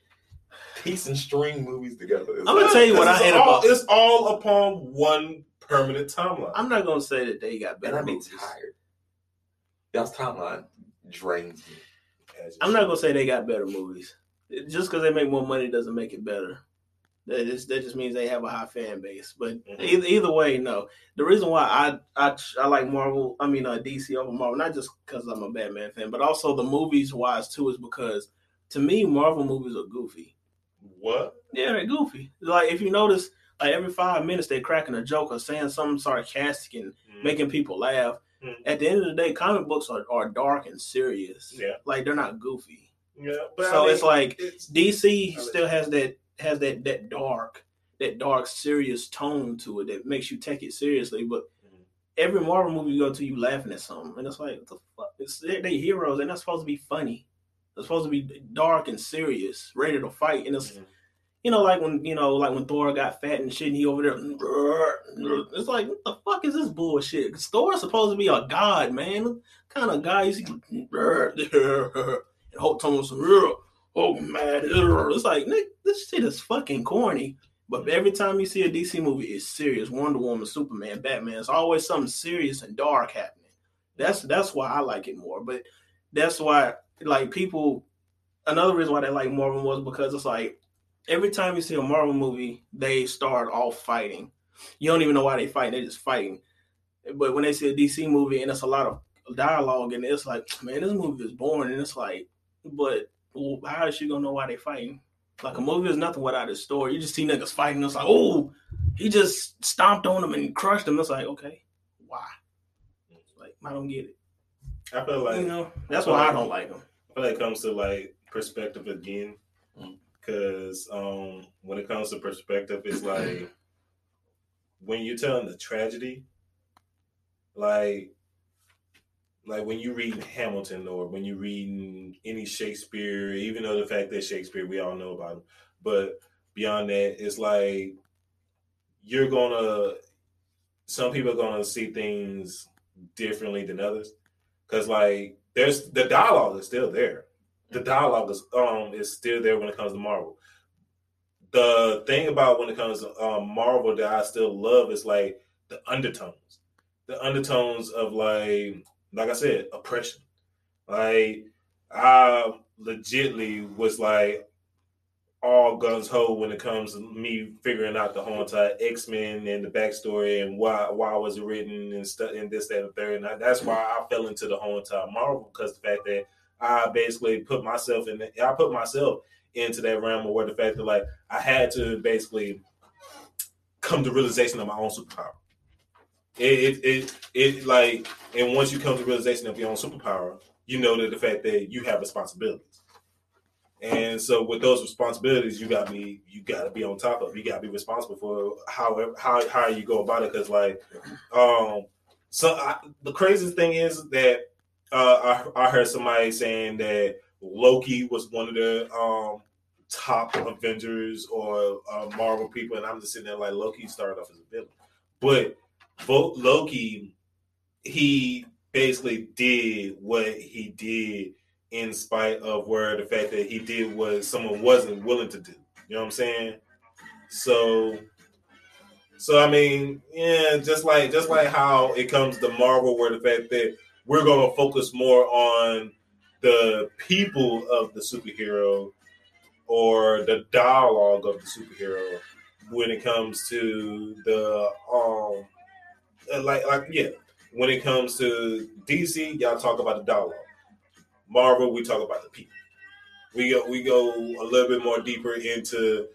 Speaker 2: piece and string movies together. It's
Speaker 1: I'm gonna
Speaker 2: like-
Speaker 1: tell you what I
Speaker 3: It's
Speaker 1: hate
Speaker 3: all,
Speaker 1: about-
Speaker 3: It's all upon one permanent timeline.
Speaker 1: I'm not gonna say that they got
Speaker 2: and
Speaker 1: better
Speaker 2: I be
Speaker 1: movies.
Speaker 2: tired. Y'all's timeline drains me.
Speaker 1: I'm not gonna say they got better movies. It- Just because they make more money doesn't make it better. That just that just means they have a high fan base. But
Speaker 3: Mhm.
Speaker 1: either, either way, no. The reason why I I I like Marvel, I mean uh, DC over Marvel, not just because I'm a Batman fan, but also the movies wise too, is because to me Marvel movies are goofy.
Speaker 3: What?
Speaker 1: Yeah, they're goofy. Like if you notice, like every five minutes they're cracking a joke or saying something sarcastic and
Speaker 3: Mm-hmm.
Speaker 1: making people laugh.
Speaker 3: Mhm.
Speaker 1: At the end of the day, comic books are, are dark and serious.
Speaker 3: Mm-hmm. Yeah.
Speaker 1: Like they're not goofy.
Speaker 3: Yeah, but
Speaker 1: so
Speaker 3: I mean,
Speaker 1: it's like
Speaker 3: it's
Speaker 1: DC
Speaker 3: I mean-
Speaker 1: still has that has that that dark that dark serious tone to it that makes you take it seriously. But
Speaker 3: Mhm.
Speaker 1: every Marvel movie you go to, you laughing at something, and it's like what the fuck? It's they're, they heroes. They're not supposed to be funny. They're supposed to be dark and serious, ready to fight. And it's
Speaker 3: Mhm.
Speaker 1: you know like when you know like when Thor got fat and shit, and he over there. It's like what the fuck is this bullshit? 'Cause Thor's supposed to be a god, man. What kind of guy is he? And Hulk told him, "Oh man, it's like Nick, this shit is fucking corny." But every time you see a DC movie, it's serious. Wonder Woman, Superman, Batman. It's always something serious and dark happening. That's that's why I like it more. But that's why like people another reason why they like Marvel was because it's like every time you see a Marvel movie, they start off fighting. You don't even know why they fighting, they just fighting. But when they see a DC movie and it's a lot of dialogue and it's like, man, this movie is boring. And it's like, but well, how is she gonna know why they fighting? Like a movie is nothing without its story. You just see niggas fighting. It's like, oh, he just stomped on him and crushed him. It's like, okay, why? Like I don't get it.
Speaker 3: I feel like
Speaker 1: you know, that's why I don't like him.
Speaker 3: I feel like it comes to like perspective again, because um, when it comes to perspective, it's like when you're telling the tragedy, like like when you reading Hamilton or when you reading any Shakespeare, even though the fact that Shakespeare we all know about him, but beyond that, it's like you're gonna some people are gonna see things differently than others because like there's the dialogue is still there the dialogue is um is still there when it comes to marvel the thing about when it comes to um, marvel that i still love is like the undertones the undertones of like like i said oppression like i legitly was like all guns ho when it comes to me figuring out the whole entire X Men and the backstory and why why was it written and stuff and this that and the third. And I, that's why I fell into the whole entire Marvel because the fact that I basically put myself in the, I put myself into that realm where the fact that like I had to basically come to realization of my own superpower. It it it, it like and once you come to realization of your own superpower, you know that the fact that you have responsibilities. And so with those responsibilities, you got me. You got to be on top of. it. You got to be responsible for however how how you go about it. Because like, um, so I, the craziest thing is that uh, I I heard somebody saying that Loki was one of the um top Avengers or uh, Marvel people, and I'm just sitting there like Loki started off as a villain, but both Loki, he basically did what he did in spite of where the fact that he did what someone wasn't willing to do. You know what I'm saying? So, so I mean, yeah, just like just like how it comes to Marvel, where the fact that we're gonna focus more on the people of the superhero or the dialogue of the superhero when it comes to the um like like yeah when it comes to DC y'all talk about the dialogue Marvel, we talk about the people. We go we go a little bit more deeper into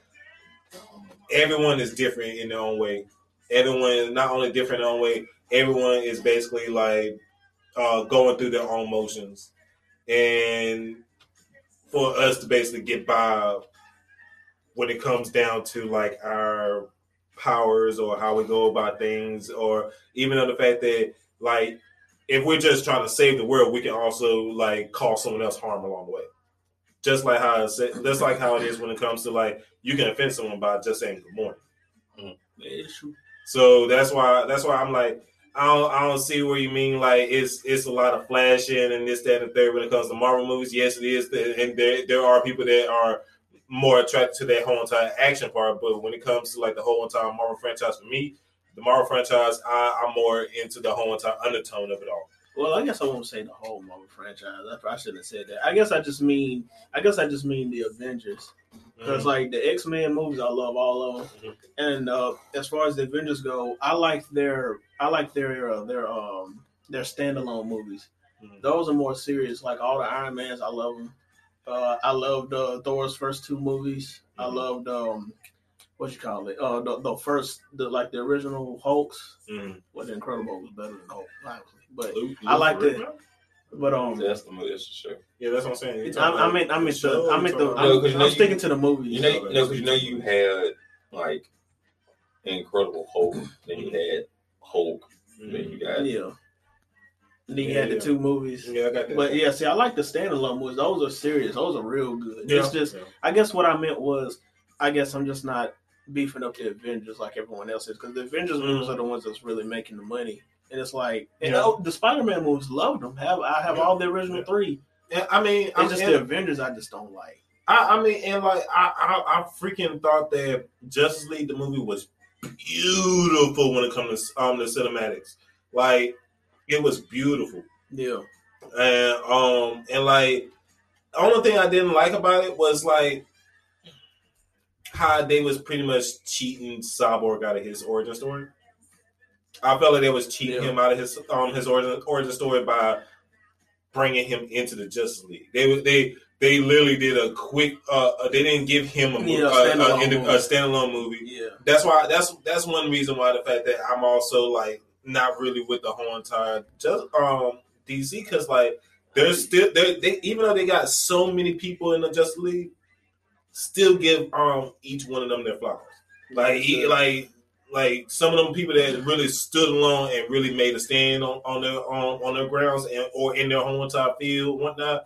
Speaker 3: everyone is different in their own way. Everyone is not only different in their own way, everyone is basically like uh, going through their own motions. And for us to basically get by when it comes down to like our powers or how we go about things or even on the fact that like if we're just trying to save the world, we can also like cause someone else harm along the way. Just like how it's, just like how it is when it comes to like you can offend someone by just saying good morning.
Speaker 1: It's true.
Speaker 3: So that's why that's why I'm like I don't I don't see where you mean like it's it's a lot of flashing and this that and third when it comes to Marvel movies. Yes, it is, and there there are people that are more attracted to that whole entire action part. But when it comes to like the whole entire Marvel franchise, for me, the Marvel franchise, I, I'm more into the whole entire undertone of it all.
Speaker 1: Well, I guess I won't say the whole Marvel franchise. I, I shouldn't have said that. I guess I just mean, I guess I just mean the Avengers,
Speaker 3: Mm-hmm.
Speaker 1: because like the X Men movies, I love all of them. And uh, as far as the Avengers go, I like their, I like their, uh, their, um, their standalone movies.
Speaker 3: Mhm.
Speaker 1: Those are more serious. Like all the Iron Mans, I love them. Uh, I loved uh, Thor's first two movies. I
Speaker 3: Mhm.
Speaker 1: loved um, what you call it? Uh, the, the first, the like the original Hulks.
Speaker 3: Mhm.
Speaker 1: Well, the Incredible was better than Hulk, obviously. But
Speaker 3: Luke-
Speaker 1: I
Speaker 3: Luke
Speaker 1: like
Speaker 3: Rick-
Speaker 1: the- but um,
Speaker 2: That's the movie. That's the show.
Speaker 3: Yeah, that's what I'm saying.
Speaker 1: I'm, I'm in. I'm in. The, I'm in the.
Speaker 2: No, 'cause you
Speaker 1: I'm,
Speaker 2: know
Speaker 1: I'm
Speaker 2: you-
Speaker 1: sticking to the movies.
Speaker 2: You know, you know, 'cause you know, you had like Incredible Hulk, then you had Hulk, then you got
Speaker 1: Mm-hmm. yeah. And then you
Speaker 3: Yeah,
Speaker 1: had the
Speaker 3: yeah.
Speaker 1: two movies.
Speaker 3: Yeah, I got that.
Speaker 1: But yeah, see, I like the standalone movies. Those are serious. Those are real good. It's just,
Speaker 3: yeah.
Speaker 1: I guess what I meant was, I guess I'm just not beefing up the Avengers like everyone else is because the Avengers movies are the ones that's really making the money. And it's like, and
Speaker 3: Mm. Yeah.
Speaker 1: oh, the Spider-Man movies, love them. Have I have
Speaker 3: Yeah.
Speaker 1: all the original
Speaker 3: Yeah.
Speaker 1: three?
Speaker 3: And I mean,
Speaker 1: It's
Speaker 3: I'm
Speaker 1: just
Speaker 3: in-
Speaker 1: the Avengers I just don't like.
Speaker 3: I, I mean, and like I, I, I freaking thought that Justice League the movie was beautiful when it comes to um the cinematics. Like it was beautiful,
Speaker 1: Yeah.
Speaker 3: and um and like the only thing I didn't like about it was like how they was pretty much cheating Cyborg out of his origin story. I felt like they was cheating
Speaker 1: Yeah.
Speaker 3: him out of his um his origin origin story by bringing him into the Justice League. They was- they they literally did a quick. Uh, uh, they didn't give him a, movie,
Speaker 1: Yeah, a
Speaker 3: uh, uh,
Speaker 1: standalone
Speaker 3: in-
Speaker 1: movie.
Speaker 3: a standalone movie.
Speaker 1: Yeah.
Speaker 3: That's why. That's that's one reason why the fact that I'm also like not really with the whole entire just um DC because like there's still they, they even though they got so many people in the Justice League, still give um each one of them their flowers. Like he, like like some of them people that really stood alone and really made a stand on, on their on, on their grounds and or in their home entire field whatnot,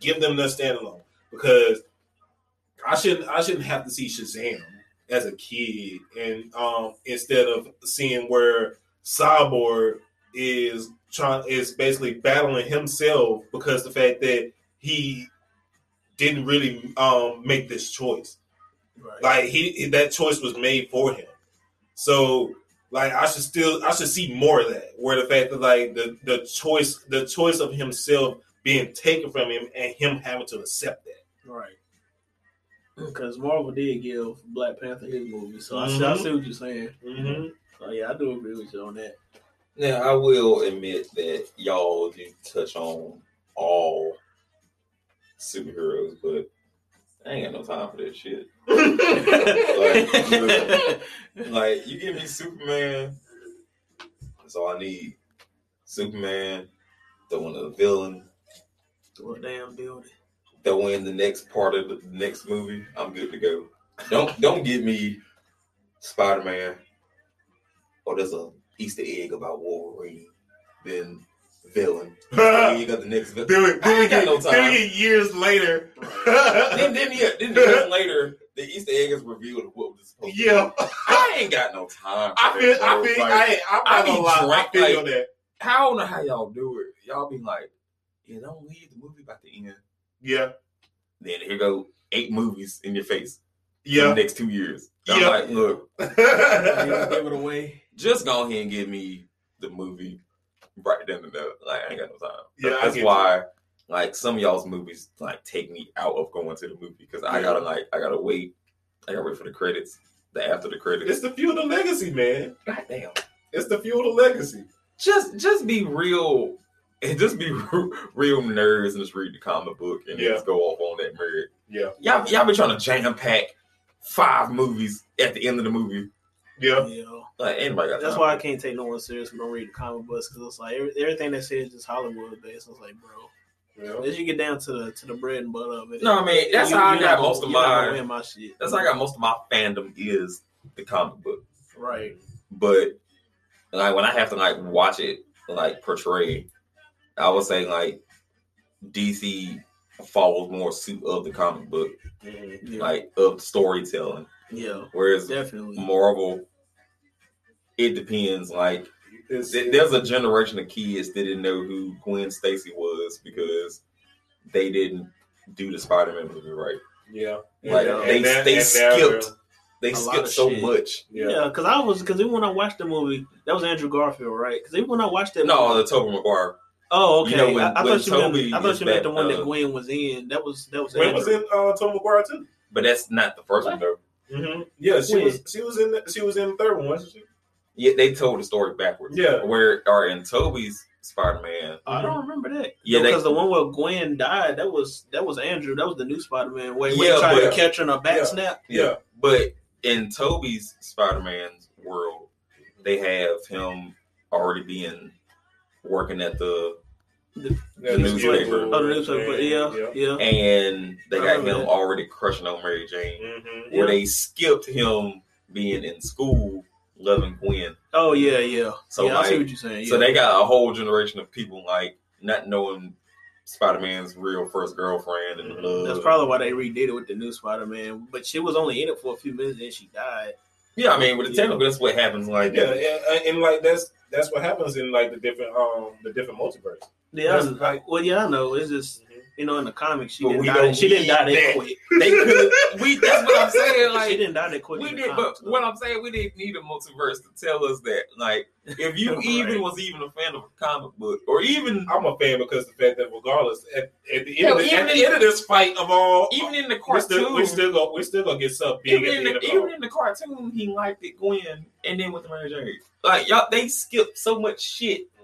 Speaker 3: give them their stand alone because I shouldn't I shouldn't have to see Shazam as a kid and um instead of seeing where Cyborg is trying is basically battling himself because the fact that he didn't really um make this choice
Speaker 1: Right.
Speaker 3: like he that choice was made for him. So like I should still I should see more of that. Where the fact that like the the choice the choice of himself being taken from him and him having to accept that.
Speaker 1: Right. Because Marvel did give Black Panther his movie, so I, see, I
Speaker 2: Mm-hmm.
Speaker 3: Mhm.
Speaker 1: see what you're saying.
Speaker 3: Mm-hmm.
Speaker 1: So yeah, I do agree with you on that.
Speaker 2: Now I will admit that y'all do touch on all superheroes, but I ain't got no time for that shit. Like you give me Superman, that's all I need. Superman, throw in a villain,
Speaker 1: Throw a damn building.
Speaker 2: throw in the next part of the next movie, I'm good to go. Don't don't give me Spider Man or there's a Easter egg about Wolverine, then villain. Then you got the next villain.
Speaker 3: then we,
Speaker 2: I
Speaker 3: then we
Speaker 2: ain't got
Speaker 3: get,
Speaker 2: no
Speaker 3: then
Speaker 2: time.
Speaker 3: we get years later.
Speaker 2: Then then yeah, then years later the Easter egg is revealed of what was supposed to be.
Speaker 3: yeah,
Speaker 2: I ain't got no time. for
Speaker 3: I feel
Speaker 2: that,
Speaker 3: I
Speaker 2: bro.
Speaker 3: feel
Speaker 2: Like,
Speaker 3: I I'm
Speaker 2: I
Speaker 3: not
Speaker 2: be
Speaker 3: gonna lie. I
Speaker 2: drunk,
Speaker 3: feel
Speaker 2: like-
Speaker 3: that.
Speaker 2: I don't know how y'all do it. Y'all be like, yeah, don't leave the movie about the end.
Speaker 3: Yeah,
Speaker 2: Then here go eight movies in your face in
Speaker 3: yeah.
Speaker 2: the next two years. I'm
Speaker 3: Yeah.
Speaker 2: like, look,
Speaker 1: They don't give it away.
Speaker 2: just go ahead and give me the movie right then and there. Like, I ain't got no time.
Speaker 3: Yeah, I
Speaker 2: that's
Speaker 3: get
Speaker 2: why. Like some of y'all's movies, like take me out of going to the movie because I
Speaker 3: Yeah.
Speaker 2: gotta like I gotta wait, I gotta wait for the credits, the after the
Speaker 3: it's
Speaker 2: credits.
Speaker 3: the feudal legacy, man.
Speaker 2: Goddamn,
Speaker 3: It's the feudal legacy.
Speaker 2: just just be real and just be real nerds and just read the comic book and
Speaker 3: Yeah.
Speaker 2: just go off on that merit.
Speaker 3: Yeah,
Speaker 2: Y'all, y'all been trying to jam pack five movies at the end of the movie.
Speaker 3: yeah.
Speaker 1: Yeah.
Speaker 2: Like anybody got
Speaker 1: That's
Speaker 2: time
Speaker 1: why I
Speaker 2: for
Speaker 1: can't take no one serious when I read the comic books because it's like every, everything they say is just Hollywood based. I was like, bro,
Speaker 3: yeah.
Speaker 1: as you get down to the to the bread and butter of
Speaker 2: that.
Speaker 1: it,
Speaker 2: No, I mean that's
Speaker 1: you-
Speaker 2: how I
Speaker 1: you're
Speaker 2: got
Speaker 1: not
Speaker 2: most of
Speaker 1: gonna- you're not gonna
Speaker 2: my
Speaker 1: win my shit.
Speaker 2: that's how I got most of my fandom is the comic book.
Speaker 1: right.
Speaker 2: But like when I have to like watch it like portrayed, I would say like DC follows more suit of the comic book,
Speaker 3: Mhm.
Speaker 1: Yeah,
Speaker 2: like of storytelling.
Speaker 1: yeah,
Speaker 2: Whereas
Speaker 1: definitely.
Speaker 2: Marvel, it depends like
Speaker 3: It's-
Speaker 2: Th- There's a generation of kids that didn't know who Gwen Stacy was because they didn't do the Spider-Man movie right.
Speaker 3: Yeah.
Speaker 2: Like
Speaker 1: Yeah.
Speaker 2: they,
Speaker 3: And that-
Speaker 2: they
Speaker 3: and that-
Speaker 2: skipped they
Speaker 1: A lot
Speaker 2: skipped
Speaker 1: of
Speaker 2: so
Speaker 1: shit.
Speaker 2: much.
Speaker 3: Yeah.
Speaker 1: Yeah, because I was because even when I watched the movie, that was Andrew Garfield, right? Because even when I watched that,
Speaker 2: No,
Speaker 1: movie,
Speaker 2: the Tobey Maguire.
Speaker 1: oh okay,
Speaker 2: you know, when-
Speaker 1: I, I
Speaker 2: when
Speaker 1: thought you meant,
Speaker 2: Toby
Speaker 1: I thought
Speaker 2: is
Speaker 1: you meant
Speaker 2: back,
Speaker 1: the one
Speaker 2: uh,
Speaker 1: that Gwen was in. That was that was
Speaker 3: Gwen
Speaker 1: Andrew.
Speaker 3: was in uh, Tom McGuire too.
Speaker 2: But that's not the first one though.
Speaker 3: Mm-hmm. Yeah, she
Speaker 1: Gwen.
Speaker 3: was. She was in. The, she was in the third one, wasn't she?
Speaker 2: Yeah, they told the story backwards.
Speaker 3: Yeah.
Speaker 2: Where are in Toby's Spider-Man.
Speaker 1: I don't remember that.
Speaker 2: Yeah, they-
Speaker 1: because the one where Gwen died, that was that was Andrew. That was the new Spider Man. Where he
Speaker 2: Yeah,
Speaker 1: was trying to
Speaker 2: but-
Speaker 1: catch her in a bat
Speaker 3: Yeah.
Speaker 1: snap.
Speaker 3: Yeah.
Speaker 2: But in Toby's Spider-Man's world, they have him already being working at the
Speaker 3: Yeah,
Speaker 2: The
Speaker 3: she was
Speaker 2: newspaper.
Speaker 3: in
Speaker 1: Oh, the newspaper. Yeah, yeah, yeah.
Speaker 2: and they
Speaker 1: I
Speaker 2: got
Speaker 1: remember
Speaker 2: him
Speaker 1: that.
Speaker 2: already crushing on Mary Jane.
Speaker 3: Mm-hmm.
Speaker 2: where they skipped him being in school loving Gwen.
Speaker 1: Oh yeah, yeah.
Speaker 2: So
Speaker 1: yeah, I see
Speaker 2: like,
Speaker 1: what you're saying. yeah.
Speaker 2: so they got a whole generation of people like not knowing Spider Man's real first girlfriend and
Speaker 3: Mhm.
Speaker 2: love.
Speaker 1: Mm-hmm. That's probably why they redid it with the new Spider Man. But she was only in it for a few minutes and she died.
Speaker 2: yeah. I mean, with the
Speaker 1: Yeah.
Speaker 2: technical, that's what happens. Like,
Speaker 3: Yeah, and, and like that's that's what happens in like the different um the different multiverse.
Speaker 1: Yeah, I
Speaker 3: That's like-
Speaker 1: well, yeah, I know. It's just you know, in the comics, she
Speaker 2: But
Speaker 1: didn't
Speaker 2: we
Speaker 1: die.
Speaker 2: don't
Speaker 1: She didn't die
Speaker 2: need
Speaker 1: that
Speaker 2: that.
Speaker 1: quick.
Speaker 2: They could. We. That's what I'm saying.
Speaker 1: she
Speaker 2: Like
Speaker 1: didn't die that quick.
Speaker 2: we
Speaker 1: in the
Speaker 2: did, but
Speaker 1: comics, though.
Speaker 2: what I'm saying, we didn't need a multiverse to tell us that. Like, if you
Speaker 1: Right.
Speaker 2: even was even a fan of a comic book, or even
Speaker 3: I'm a fan because the fact that regardless, at, at the end,
Speaker 2: Yeah,
Speaker 3: of, the-
Speaker 2: even
Speaker 3: at the
Speaker 2: in-
Speaker 3: end of this fight of all,
Speaker 2: even in the
Speaker 3: we
Speaker 2: cartoon,
Speaker 3: still we still go we still gonna get something big
Speaker 2: even,
Speaker 3: at
Speaker 2: in
Speaker 3: the end
Speaker 2: the,
Speaker 3: of all.
Speaker 2: even in the cartoon, he liked it Gwen, and then with the Mary Jane. Like y'all, they skipped so much shit.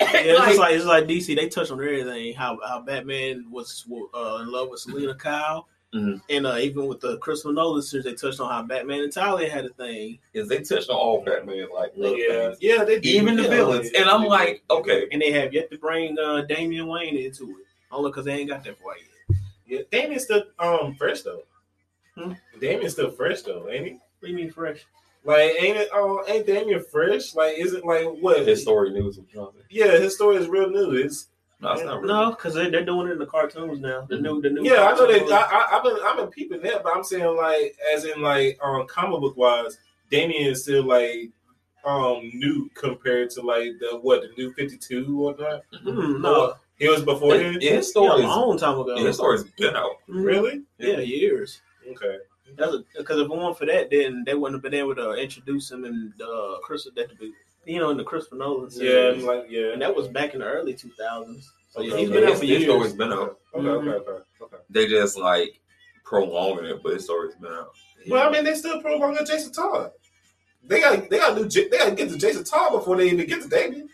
Speaker 1: Yeah, it's
Speaker 2: Like-
Speaker 1: just like it's like DC. They touch on everything. How how Batman was uh, in love with Selena Kyle,
Speaker 2: Mhm.
Speaker 1: and uh, even with the Christopher Nolan series, they touched on how Batman and Talia had a thing.
Speaker 2: is they touched on all Batman like love
Speaker 3: Yeah,
Speaker 2: things.
Speaker 3: yeah, they do.
Speaker 2: Even the
Speaker 3: Yeah,
Speaker 2: villains.
Speaker 3: yeah,
Speaker 2: And I'm
Speaker 3: they do.
Speaker 2: like, okay.
Speaker 1: and they have yet to bring uh, Damian Wayne into it. Only because they ain't got that far yet.
Speaker 3: Yeah, Damien's still um fresh though.
Speaker 1: Hmm?
Speaker 3: Damien's still fresh though, ain't he?
Speaker 1: What do you mean fresh?
Speaker 3: Like, ain't it? Oh, ain't Damien fresh? Like, isn't like what?
Speaker 2: His story news was dropping.
Speaker 3: yeah, his story is real news.
Speaker 2: No, it's not really.
Speaker 1: No, because they, they're doing it in the cartoons now. The new, the new.
Speaker 3: Yeah, I know
Speaker 1: cartoons.
Speaker 3: that. I, I, I've been I've been peeping that, but I'm saying like as in like um comic book wise, Damien is still like um new compared to like the what the new Fifty Two or not.
Speaker 1: Mm, no,
Speaker 3: He was before him.
Speaker 2: His- his
Speaker 1: yeah, a
Speaker 2: story uh, is
Speaker 1: long time ago.
Speaker 2: his story's been out.
Speaker 1: Mhm.
Speaker 3: Really?
Speaker 1: Yeah, years.
Speaker 3: Okay.
Speaker 1: Because if it weren't for that, then they wouldn't have been able to introduce him in the uh, Chris, that be, you know, in the Christopher Nolan
Speaker 3: Yeah,
Speaker 1: series.
Speaker 3: I'm like yeah.
Speaker 1: and that was back in the early 2000s. So yeah,
Speaker 3: Okay,
Speaker 1: he's
Speaker 3: okay.
Speaker 1: been out
Speaker 2: His,
Speaker 1: for
Speaker 2: his
Speaker 1: years. Mm-hmm.
Speaker 2: story's been out.
Speaker 3: Okay, okay, okay, okay.
Speaker 2: They just like prolonging it, but his story's been out.
Speaker 3: Well, I mean, they still prolonging Jason Todd. They got they got to do J- they got to get to Jason Todd before they even get to Damien.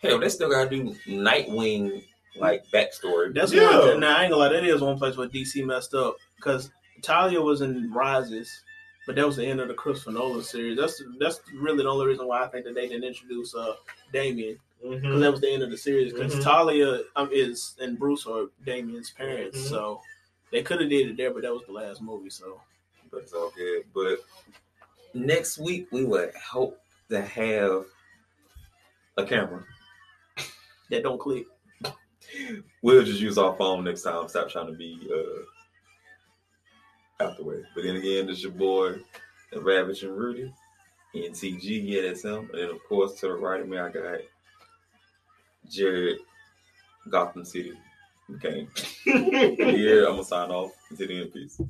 Speaker 2: hell, they still gotta do Nightwing like backstory.
Speaker 1: That's
Speaker 3: Yeah.
Speaker 1: one. Now, I ain't gonna lie, that is one place where DC messed up because Talia was in Rises, but that was the end of the Christopher Nolan series. That's that's really the only reason why I think that they didn't introduce uh Damien because that was the end of the series. Because
Speaker 3: Mhm.
Speaker 1: Talia um, is and Bruce are Damien's parents,
Speaker 3: Mhm.
Speaker 1: so they could have did it there, but that was the last movie. So
Speaker 2: But it's all good. But next week we would hope to have a camera.
Speaker 1: that don't click.
Speaker 2: We'll just use our phone next time. Stop trying to be uh, out the way. But then again, it's your boy, the Ravishing Rudy, NTG. Yeah, that's him. And then, of course, to the right of me, I got Jared Gotham City. Okay. yeah, I'm gonna sign off. Continue in peace.